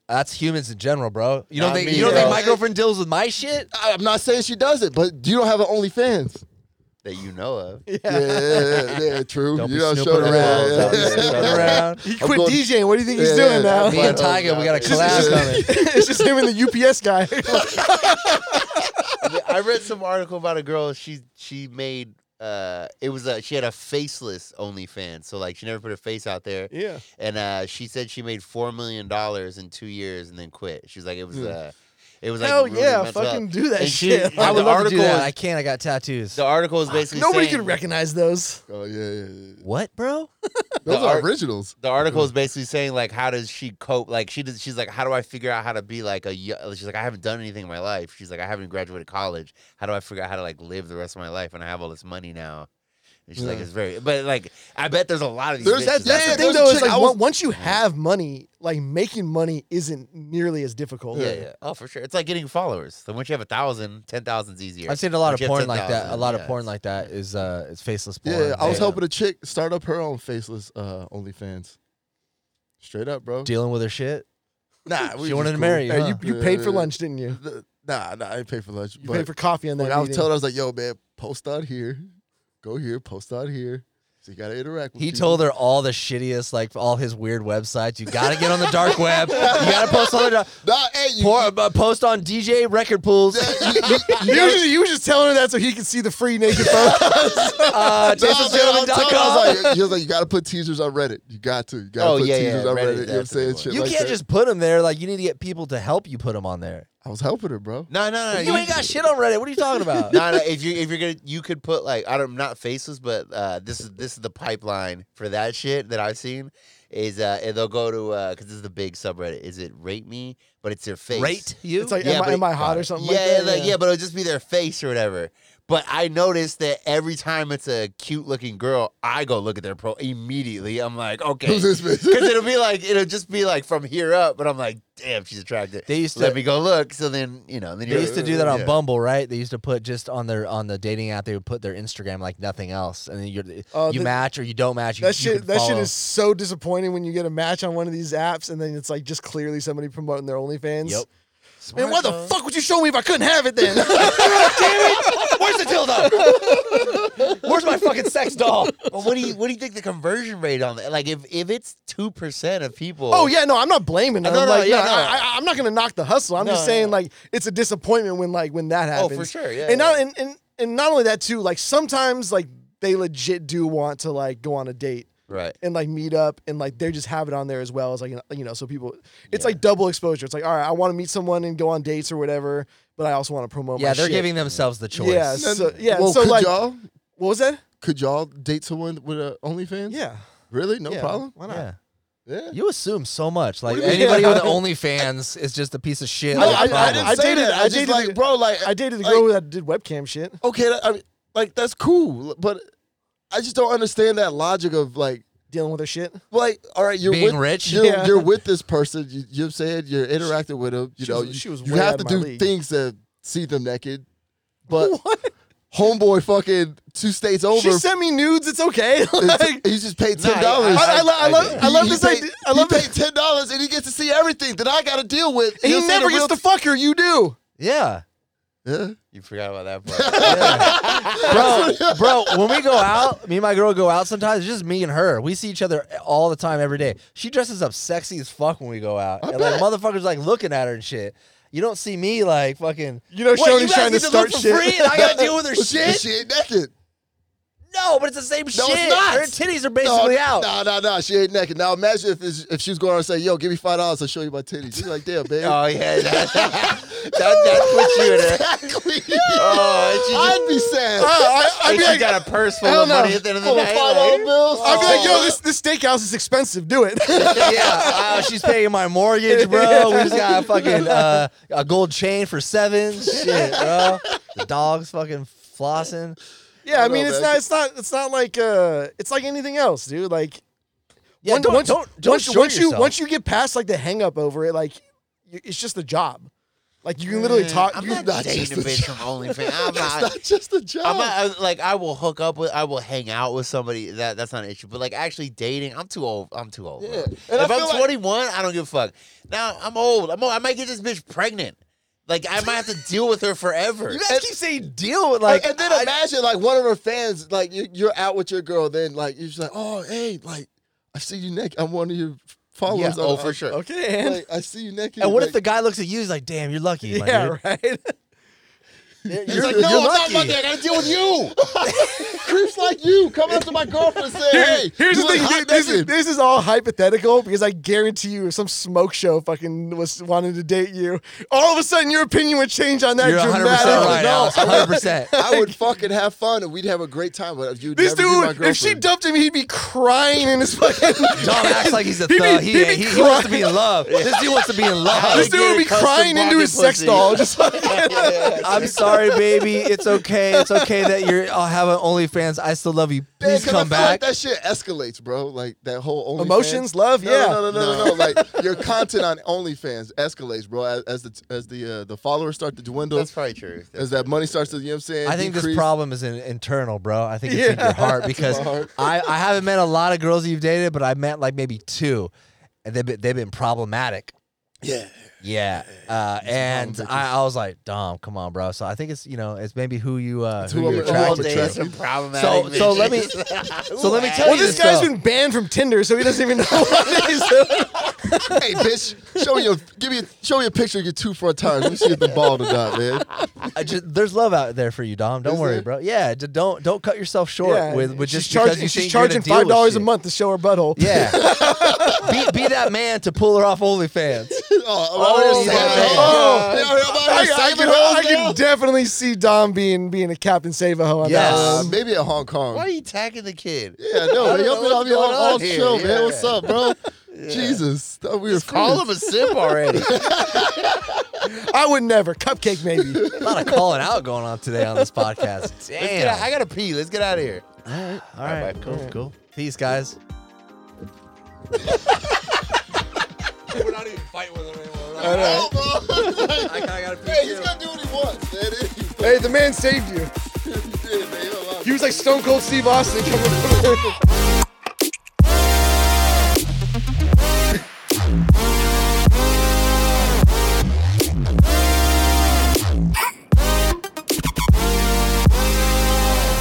D: That's humans in general, bro. You don't
B: Not
D: think
B: me,
D: you don't
B: bro.
D: think my girlfriend deals with my shit?
A: I- I'm not saying she doesn't, but you don't have an OnlyFans.
B: that you know of.
A: Yeah, yeah, yeah, yeah, true.
D: Don't
A: you
D: be
A: don't show
D: snooping
A: it
D: around.
A: around.
D: Don't be snooping around.
C: He
A: I'm
C: quit
A: going-
C: DJing. What do you think he's
A: Yeah,
C: doing
A: yeah,
C: now?
A: I'm
D: Me and Tyga, we got a
B: It's
D: collab
A: just-
D: coming.
C: it's just him and the UPS guy.
B: I read some article about a girl. She she made uh, it was a she had a faceless OnlyFans, so like she never put her face out there,
C: yeah.
B: and uh, she said she made four million dollars in two years and then quit. She was like, it was uh, it was like
C: Hell
B: really
C: Oh, yeah,
B: messed up.
C: fucking do that
B: And she-
C: shit.
B: I
D: I
B: would the
D: would love to do
B: article
D: that.
B: was-
D: I can't. I got tattoos.
B: The article was basically
C: Nobody
B: saying,
C: could recognize those.
A: Oh yeah, yeah, yeah.
D: What, bro?
A: Those
B: The
A: are
B: art-
A: originals.
B: the article is basically saying like how does she cope like she does she's like how do i figure out how to be like a yo- she's like i haven't done anything in my life she's like i haven't graduated college how do i figure out how to like live the rest of my life and i have all this money now and she's like
A: Yeah.
B: it's very but like i bet there's a lot of these
A: There's-
B: bitches
A: that's the
C: The
B: out there.
C: thing
A: There's a
C: though is
A: chick
C: like
A: I
C: on-
A: was-
C: once you have money, like making money isn't nearly as difficult.
B: yeah, yeah. Oh, for sure. It's like getting followers. So once you have a thousand, ten thousand's easier.
D: I've seen a lot
B: Once
D: of
B: you have
D: porn like that. A
B: 10,000,
D: lot of
B: yeah,
D: porn
B: it's-
D: like that is uh, it's faceless porn.
A: Yeah, I was
B: Yeah.
A: helping a chick start up her own faceless uh, OnlyFans. Straight up, bro.
D: dealing with her shit.
A: Nah,
D: She wanted to marry you,
C: Hey,
D: huh?
C: Uh, you, you paid for lunch, didn't you?
A: you. Nah, nah, I ain't paid for lunch.
C: You
A: but
C: paid for coffee on that.
A: when I was
C: meeting.
A: telling her, I was like, "Yo, man, post out here, go here, post out here." So you gotta interact. with
D: He told her all the shittiest, like all his weird websites. You gotta get on the dark web. You gotta post on the dark.
A: Nah, hey, you.
D: Pour, uh, post on DJ record pools.
C: you, were just, you were just telling her that so he could see the free naked photos.
D: Uh,
A: Nah, man, I was telling her, I
D: TastefulJoeman.com.
A: was like, he was like, "You gotta put teasers on Reddit. You got to. You gotta
B: Oh,
A: put
B: yeah, yeah,
A: teasers on
B: Reddit,
A: Reddit. you know what I'm
B: that's a good
A: saying?
B: one.
A: Shit
D: You
A: like
D: can't
A: that.
D: just put them there. Like you need to get people to help you put them on there.
A: I was helping her, bro.
B: No, no, no.
D: You ain't got shit on Reddit. What are you talking about?
B: no, no. If you if you're gonna, you could put like I don't not faces, but uh, this is this is the pipeline for that shit that I've seen. Is uh, and they'll go to uh, because this is the big subreddit. Is it rate me? But it's their face.
D: Rate you?
C: it's like,
B: Yeah,
C: am, I,
B: but-
C: am I hot or something
B: Yeah,
C: like that?
B: like, yeah, but it'll just be their face or whatever. But I noticed that every time it's a cute looking girl, I go look at their pro immediately. I'm like, okay.
A: Who's this bitch?
B: Because it'll be like it'll just be like from here up, but I'm like, damn, she's attractive.
D: They used to-
B: let me go look. So then you know, then
D: They
B: you're-
D: used to do that on
B: yeah.
D: Bumble, right? They used to put just on their on the dating app. They would put their Instagram like nothing else, and then you're,
C: Oh,
D: you
C: the-
D: match or you don't match. You,
C: That
D: you
C: shit,
D: can
C: that shit
D: follow.
C: is so disappointing when you get a match on one of these apps and then it's like just clearly somebody promoting their OnlyFans.
D: Yep.
C: Man, why the fuck would you show me if I couldn't have it then?
D: Where's the dildo? Where's my fucking sex doll?
C: Oh,
B: But what do you what do you think the conversion rate on that? Like if if it's two percent of people,
C: oh yeah, no, I'm not blaming them.
B: No, no,
C: like,
B: yeah,
C: no,
B: no.
C: I, I, I'm not gonna knock the hustle. I'm
B: No,
C: just saying
B: no.
C: like it's a disappointment when like when that
B: oh
C: happens.
B: for sure, yeah.
C: and
B: yeah.
C: not and, and and not only that too. Like sometimes like they legit do want to like go on a date.
B: right.
C: and like meet up and like they just have it on there as well as like you know so people it's
B: Yeah.
C: like double exposure it's like all right i want to meet someone and go on dates or whatever but i also want to promote
D: Yeah,
C: my
D: they're
C: shit.
D: giving themselves the choice.
C: yeah so, yeah
A: well,
C: so
A: could
C: like
A: y'all
C: what was that
A: could y'all date someone with a OnlyFans?
C: yeah
A: Really? No
C: yeah,
A: problem.
C: why not
D: Yeah.
A: Yeah.
D: You assume so much. Like
A: do you mean?
D: anybody
C: Yeah.
D: with OnlyFans is just a piece of shit.
A: I,
C: No,
D: with
A: I,
D: a
A: I
D: problem.
A: didn't
C: I
A: say
C: dated-
A: that.
C: I
A: I, just
C: dated a-
A: like, bro, like
C: i dated a girl that did webcam shit
A: okay, that- I mean, like that's cool, but I just don't understand that logic of like,
C: dealing with her shit
A: like, all right, you're
D: Being
A: with,
D: rich?
A: you're,
C: Yeah.
A: you're with this person. You, you've said you're interacting with them. You
C: She
A: know,
C: was-
A: you,
C: she was
A: you
C: way
A: have
C: out
A: to
C: of
A: do
C: my league.
A: things to see them naked, but homeboy, fucking two states
C: she
A: over.
C: sent me nudes it's okay
A: it's-
C: like,
A: he's just paid
B: Nah,
A: ten dollars.
B: I-
C: I, I, lo- I
B: I
C: love
B: did.
C: i love
A: He
C: this
A: paid-
C: idea i love
A: he
C: that
A: paid ten dollars and he gets to see everything that I got to deal with.
C: he
A: He'll see
C: never
A: the
C: gets
A: real
C: to fuck her you do
D: yeah.
A: Yeah.
B: You forgot about that part.
D: bro, bro, when we go out, me and my girl go out sometimes, it's just me and her. We see each other all the time every day. She dresses up sexy as fuck when we go out. and like motherfuckers like looking at her and shit. You don't see me like fucking
C: you know
D: What, you
C: shoney's trying to
D: guys need
C: start
D: look for
C: shit
D: Free and I gotta deal with her shit.
A: She ain't naked.
D: No, but it's the same
A: No,
D: shit.
A: it's not.
D: Her titties are basically out.
A: No, no, no. She ain't naked. Now imagine if it's, if she was going on and say, "Yo, give me five dollars, I'll show you my titties." She's like, "Damn, baby."
B: oh yeah, that, that, that puts you in a.
A: exactly.
B: Oh, and she just-
A: I'd be sad.
C: I, I,
B: and
C: I'd be
B: she
C: like,
B: got a purse full
C: hell
B: of
C: no.
B: money at the end of the
A: Full of
B: night.
A: five
B: like-
A: dollar bills.
C: I'd be like
A: Oh.
C: yo this, this steakhouse is expensive do it
D: yeah, uh, she's paying my mortgage, bro. We just got a fucking uh, a gold chain for seven. Shit, bro. The dog's fucking flossing.
C: Yeah, I
A: don't
C: mean,
A: know,
C: it's
A: man.
C: not, it's not, it's not like, uh, it's like anything else, dude. Like,
D: Yeah,
C: one-
D: don't,
C: once,
D: don't, don't
C: once,
D: short
C: once you
D: yourself.
C: once you get past like the hang up over it, like, you, it's just a job. Like, you can literally talk.
B: I'm
C: you,
B: not,
A: not just
B: dating a
A: a
B: bitch from OnlyFans. I'm
A: That's
B: not.
A: not just a job.
B: I'm not I- like I will hook up with I will hang out with somebody that that's not an issue but like actually dating I'm too old I'm too old. bro.
A: Yeah. And I
B: If
A: feel
B: I'm
A: like-
B: 21 I don't give a fuck. Now I'm old. I'm old. I might get this bitch pregnant. Like I might have to deal with her forever.
D: You guys keep saying deal with like.
A: and then imagine like one of her fans, like you, you're out with your girl, then like you're just like, "Oh, hey, like I see you naked. I'm one of your followers."
B: Yeah, oh,
A: I'm-
B: for sure.
C: okay, and
A: Like, I see you naked.
D: and what if
A: like,
D: the guy looks at you? He's like, "Damn, you're lucky, my
C: yeah,
D: dude.
C: right.
A: you're,
B: It's like,
A: you're
B: no, I'm
A: lucky.
B: not lucky. I gotta deal with you.
A: creeps like you coming up to my girlfriend saying, "Hey,
C: Here's
A: you
C: the
A: look
C: thing.
A: hot
C: dude, This is,
A: naked."
C: this is all hypothetical because I guarantee you, if some smoke show fucking was wanted to date you, all of a sudden your opinion would change on that
D: You're 100
C: dramatically.
D: percent right,
A: No,
D: Alex.
A: I would-
D: 100. percent
A: I would fucking have fun and we'd have a great time. But you'd
C: This
A: never be my
C: dude, if she
A: girlfriend.
C: dumped him, he'd be crying in his fucking.
D: Dom acts like he's a
C: He be-
D: thug. He,
C: he be
D: he, he, wants to be in love. This dude wants to be in love.
C: this dude would be
B: Alligator custom
C: crying into
B: pocket
C: his sex
B: pussy.
C: doll. Just like,
D: I'm sorry, baby. It's okay. It's okay that you're. I'll have an OnlyFans. I still love you.
A: Yeah,
D: Please
A: 'cause I
D: come
A: feel like
D: back.
A: that shit escalates, bro. Like that whole OnlyFans.
C: Emotions, love,
A: No,
C: yeah.
A: No, no, no, no, no. Like your content on OnlyFans escalates, bro. As, as the as the uh, the followers start to dwindle,
B: That's probably true.
A: as that money starts to, you know what I'm saying?
D: I think this
A: decrease.
D: problem is in, internal, bro. I think it's in
C: Yeah.
D: your heart because
A: heart.
D: I, I haven't met a lot of girls you've dated, but I met like maybe two, and they've been, they've been problematic.
A: Yeah.
D: Yeah, uh, and
A: problem,
D: I, I was like, Dom, come on, bro. So I think it's you know it's maybe who you uh,
A: who
D: who you're
A: I'm- who I'm
D: attracted
A: dating.
D: to.
B: some problematic
D: So- so let me-
B: bitches.
D: so let me
B: Ooh,
D: tell
C: well,
D: you
C: this
D: this,
C: guy's
D: though.
C: been banned from Tinder, so he doesn't even know what he's
A: hey, bitch, show me your give me a, show me a picture of your two front tires. Let me see if the ball or not, man. Oh,
D: I just, there's love out there for you, Dom. Don't
A: Is
D: worry,
A: there?
D: bro. Yeah, d- don't don't cut yourself short
C: Yeah,
D: with, with just
C: she's charging,
D: because you
C: she's
D: think you're
C: charging
D: gonna deal with
C: five dollars a
D: shit.
C: month to show her butthole.
D: Yeah, be, be that man to pull her off OnlyFans.
A: Oh, I'm already
D: my
A: psyching-
D: God.
A: oh, yeah, I'm
C: I,
A: already
C: I
A: psyching
C: can,
A: hoes
C: I can
A: now.
C: definitely see Dom being being a Captain Save a Ho on
D: Yes.
A: Uh,
C: that. one.
A: maybe at Hong Kong.
B: Why are you tagging the kid?
A: Yeah, no,
B: I
A: man.
B: don't
A: Y'all
B: know
A: been on
B: what's
A: me all,
B: going on
A: all
B: here.
A: show, man.
B: Yeah.
A: What's up, bro? Jesus, thought we were
B: Call
A: friends.
B: him a simp already.
C: I would never. Cupcake, maybe.
D: A lot of calling out going on today on this podcast.
B: Let's get out-
D: Damn.
B: I gotta pee. Let's get out of here.
D: All right.
B: cool, cool.
D: Peace, guys. We're not even fighting with him anymore.
A: All right.
D: I gotta pee
A: hey,
D: too.
A: he's gonna do what he wants, man.
C: hey, the man saved you.
A: He did, man. He don't lie.
C: He was like Stone Cold Steve Austin coming.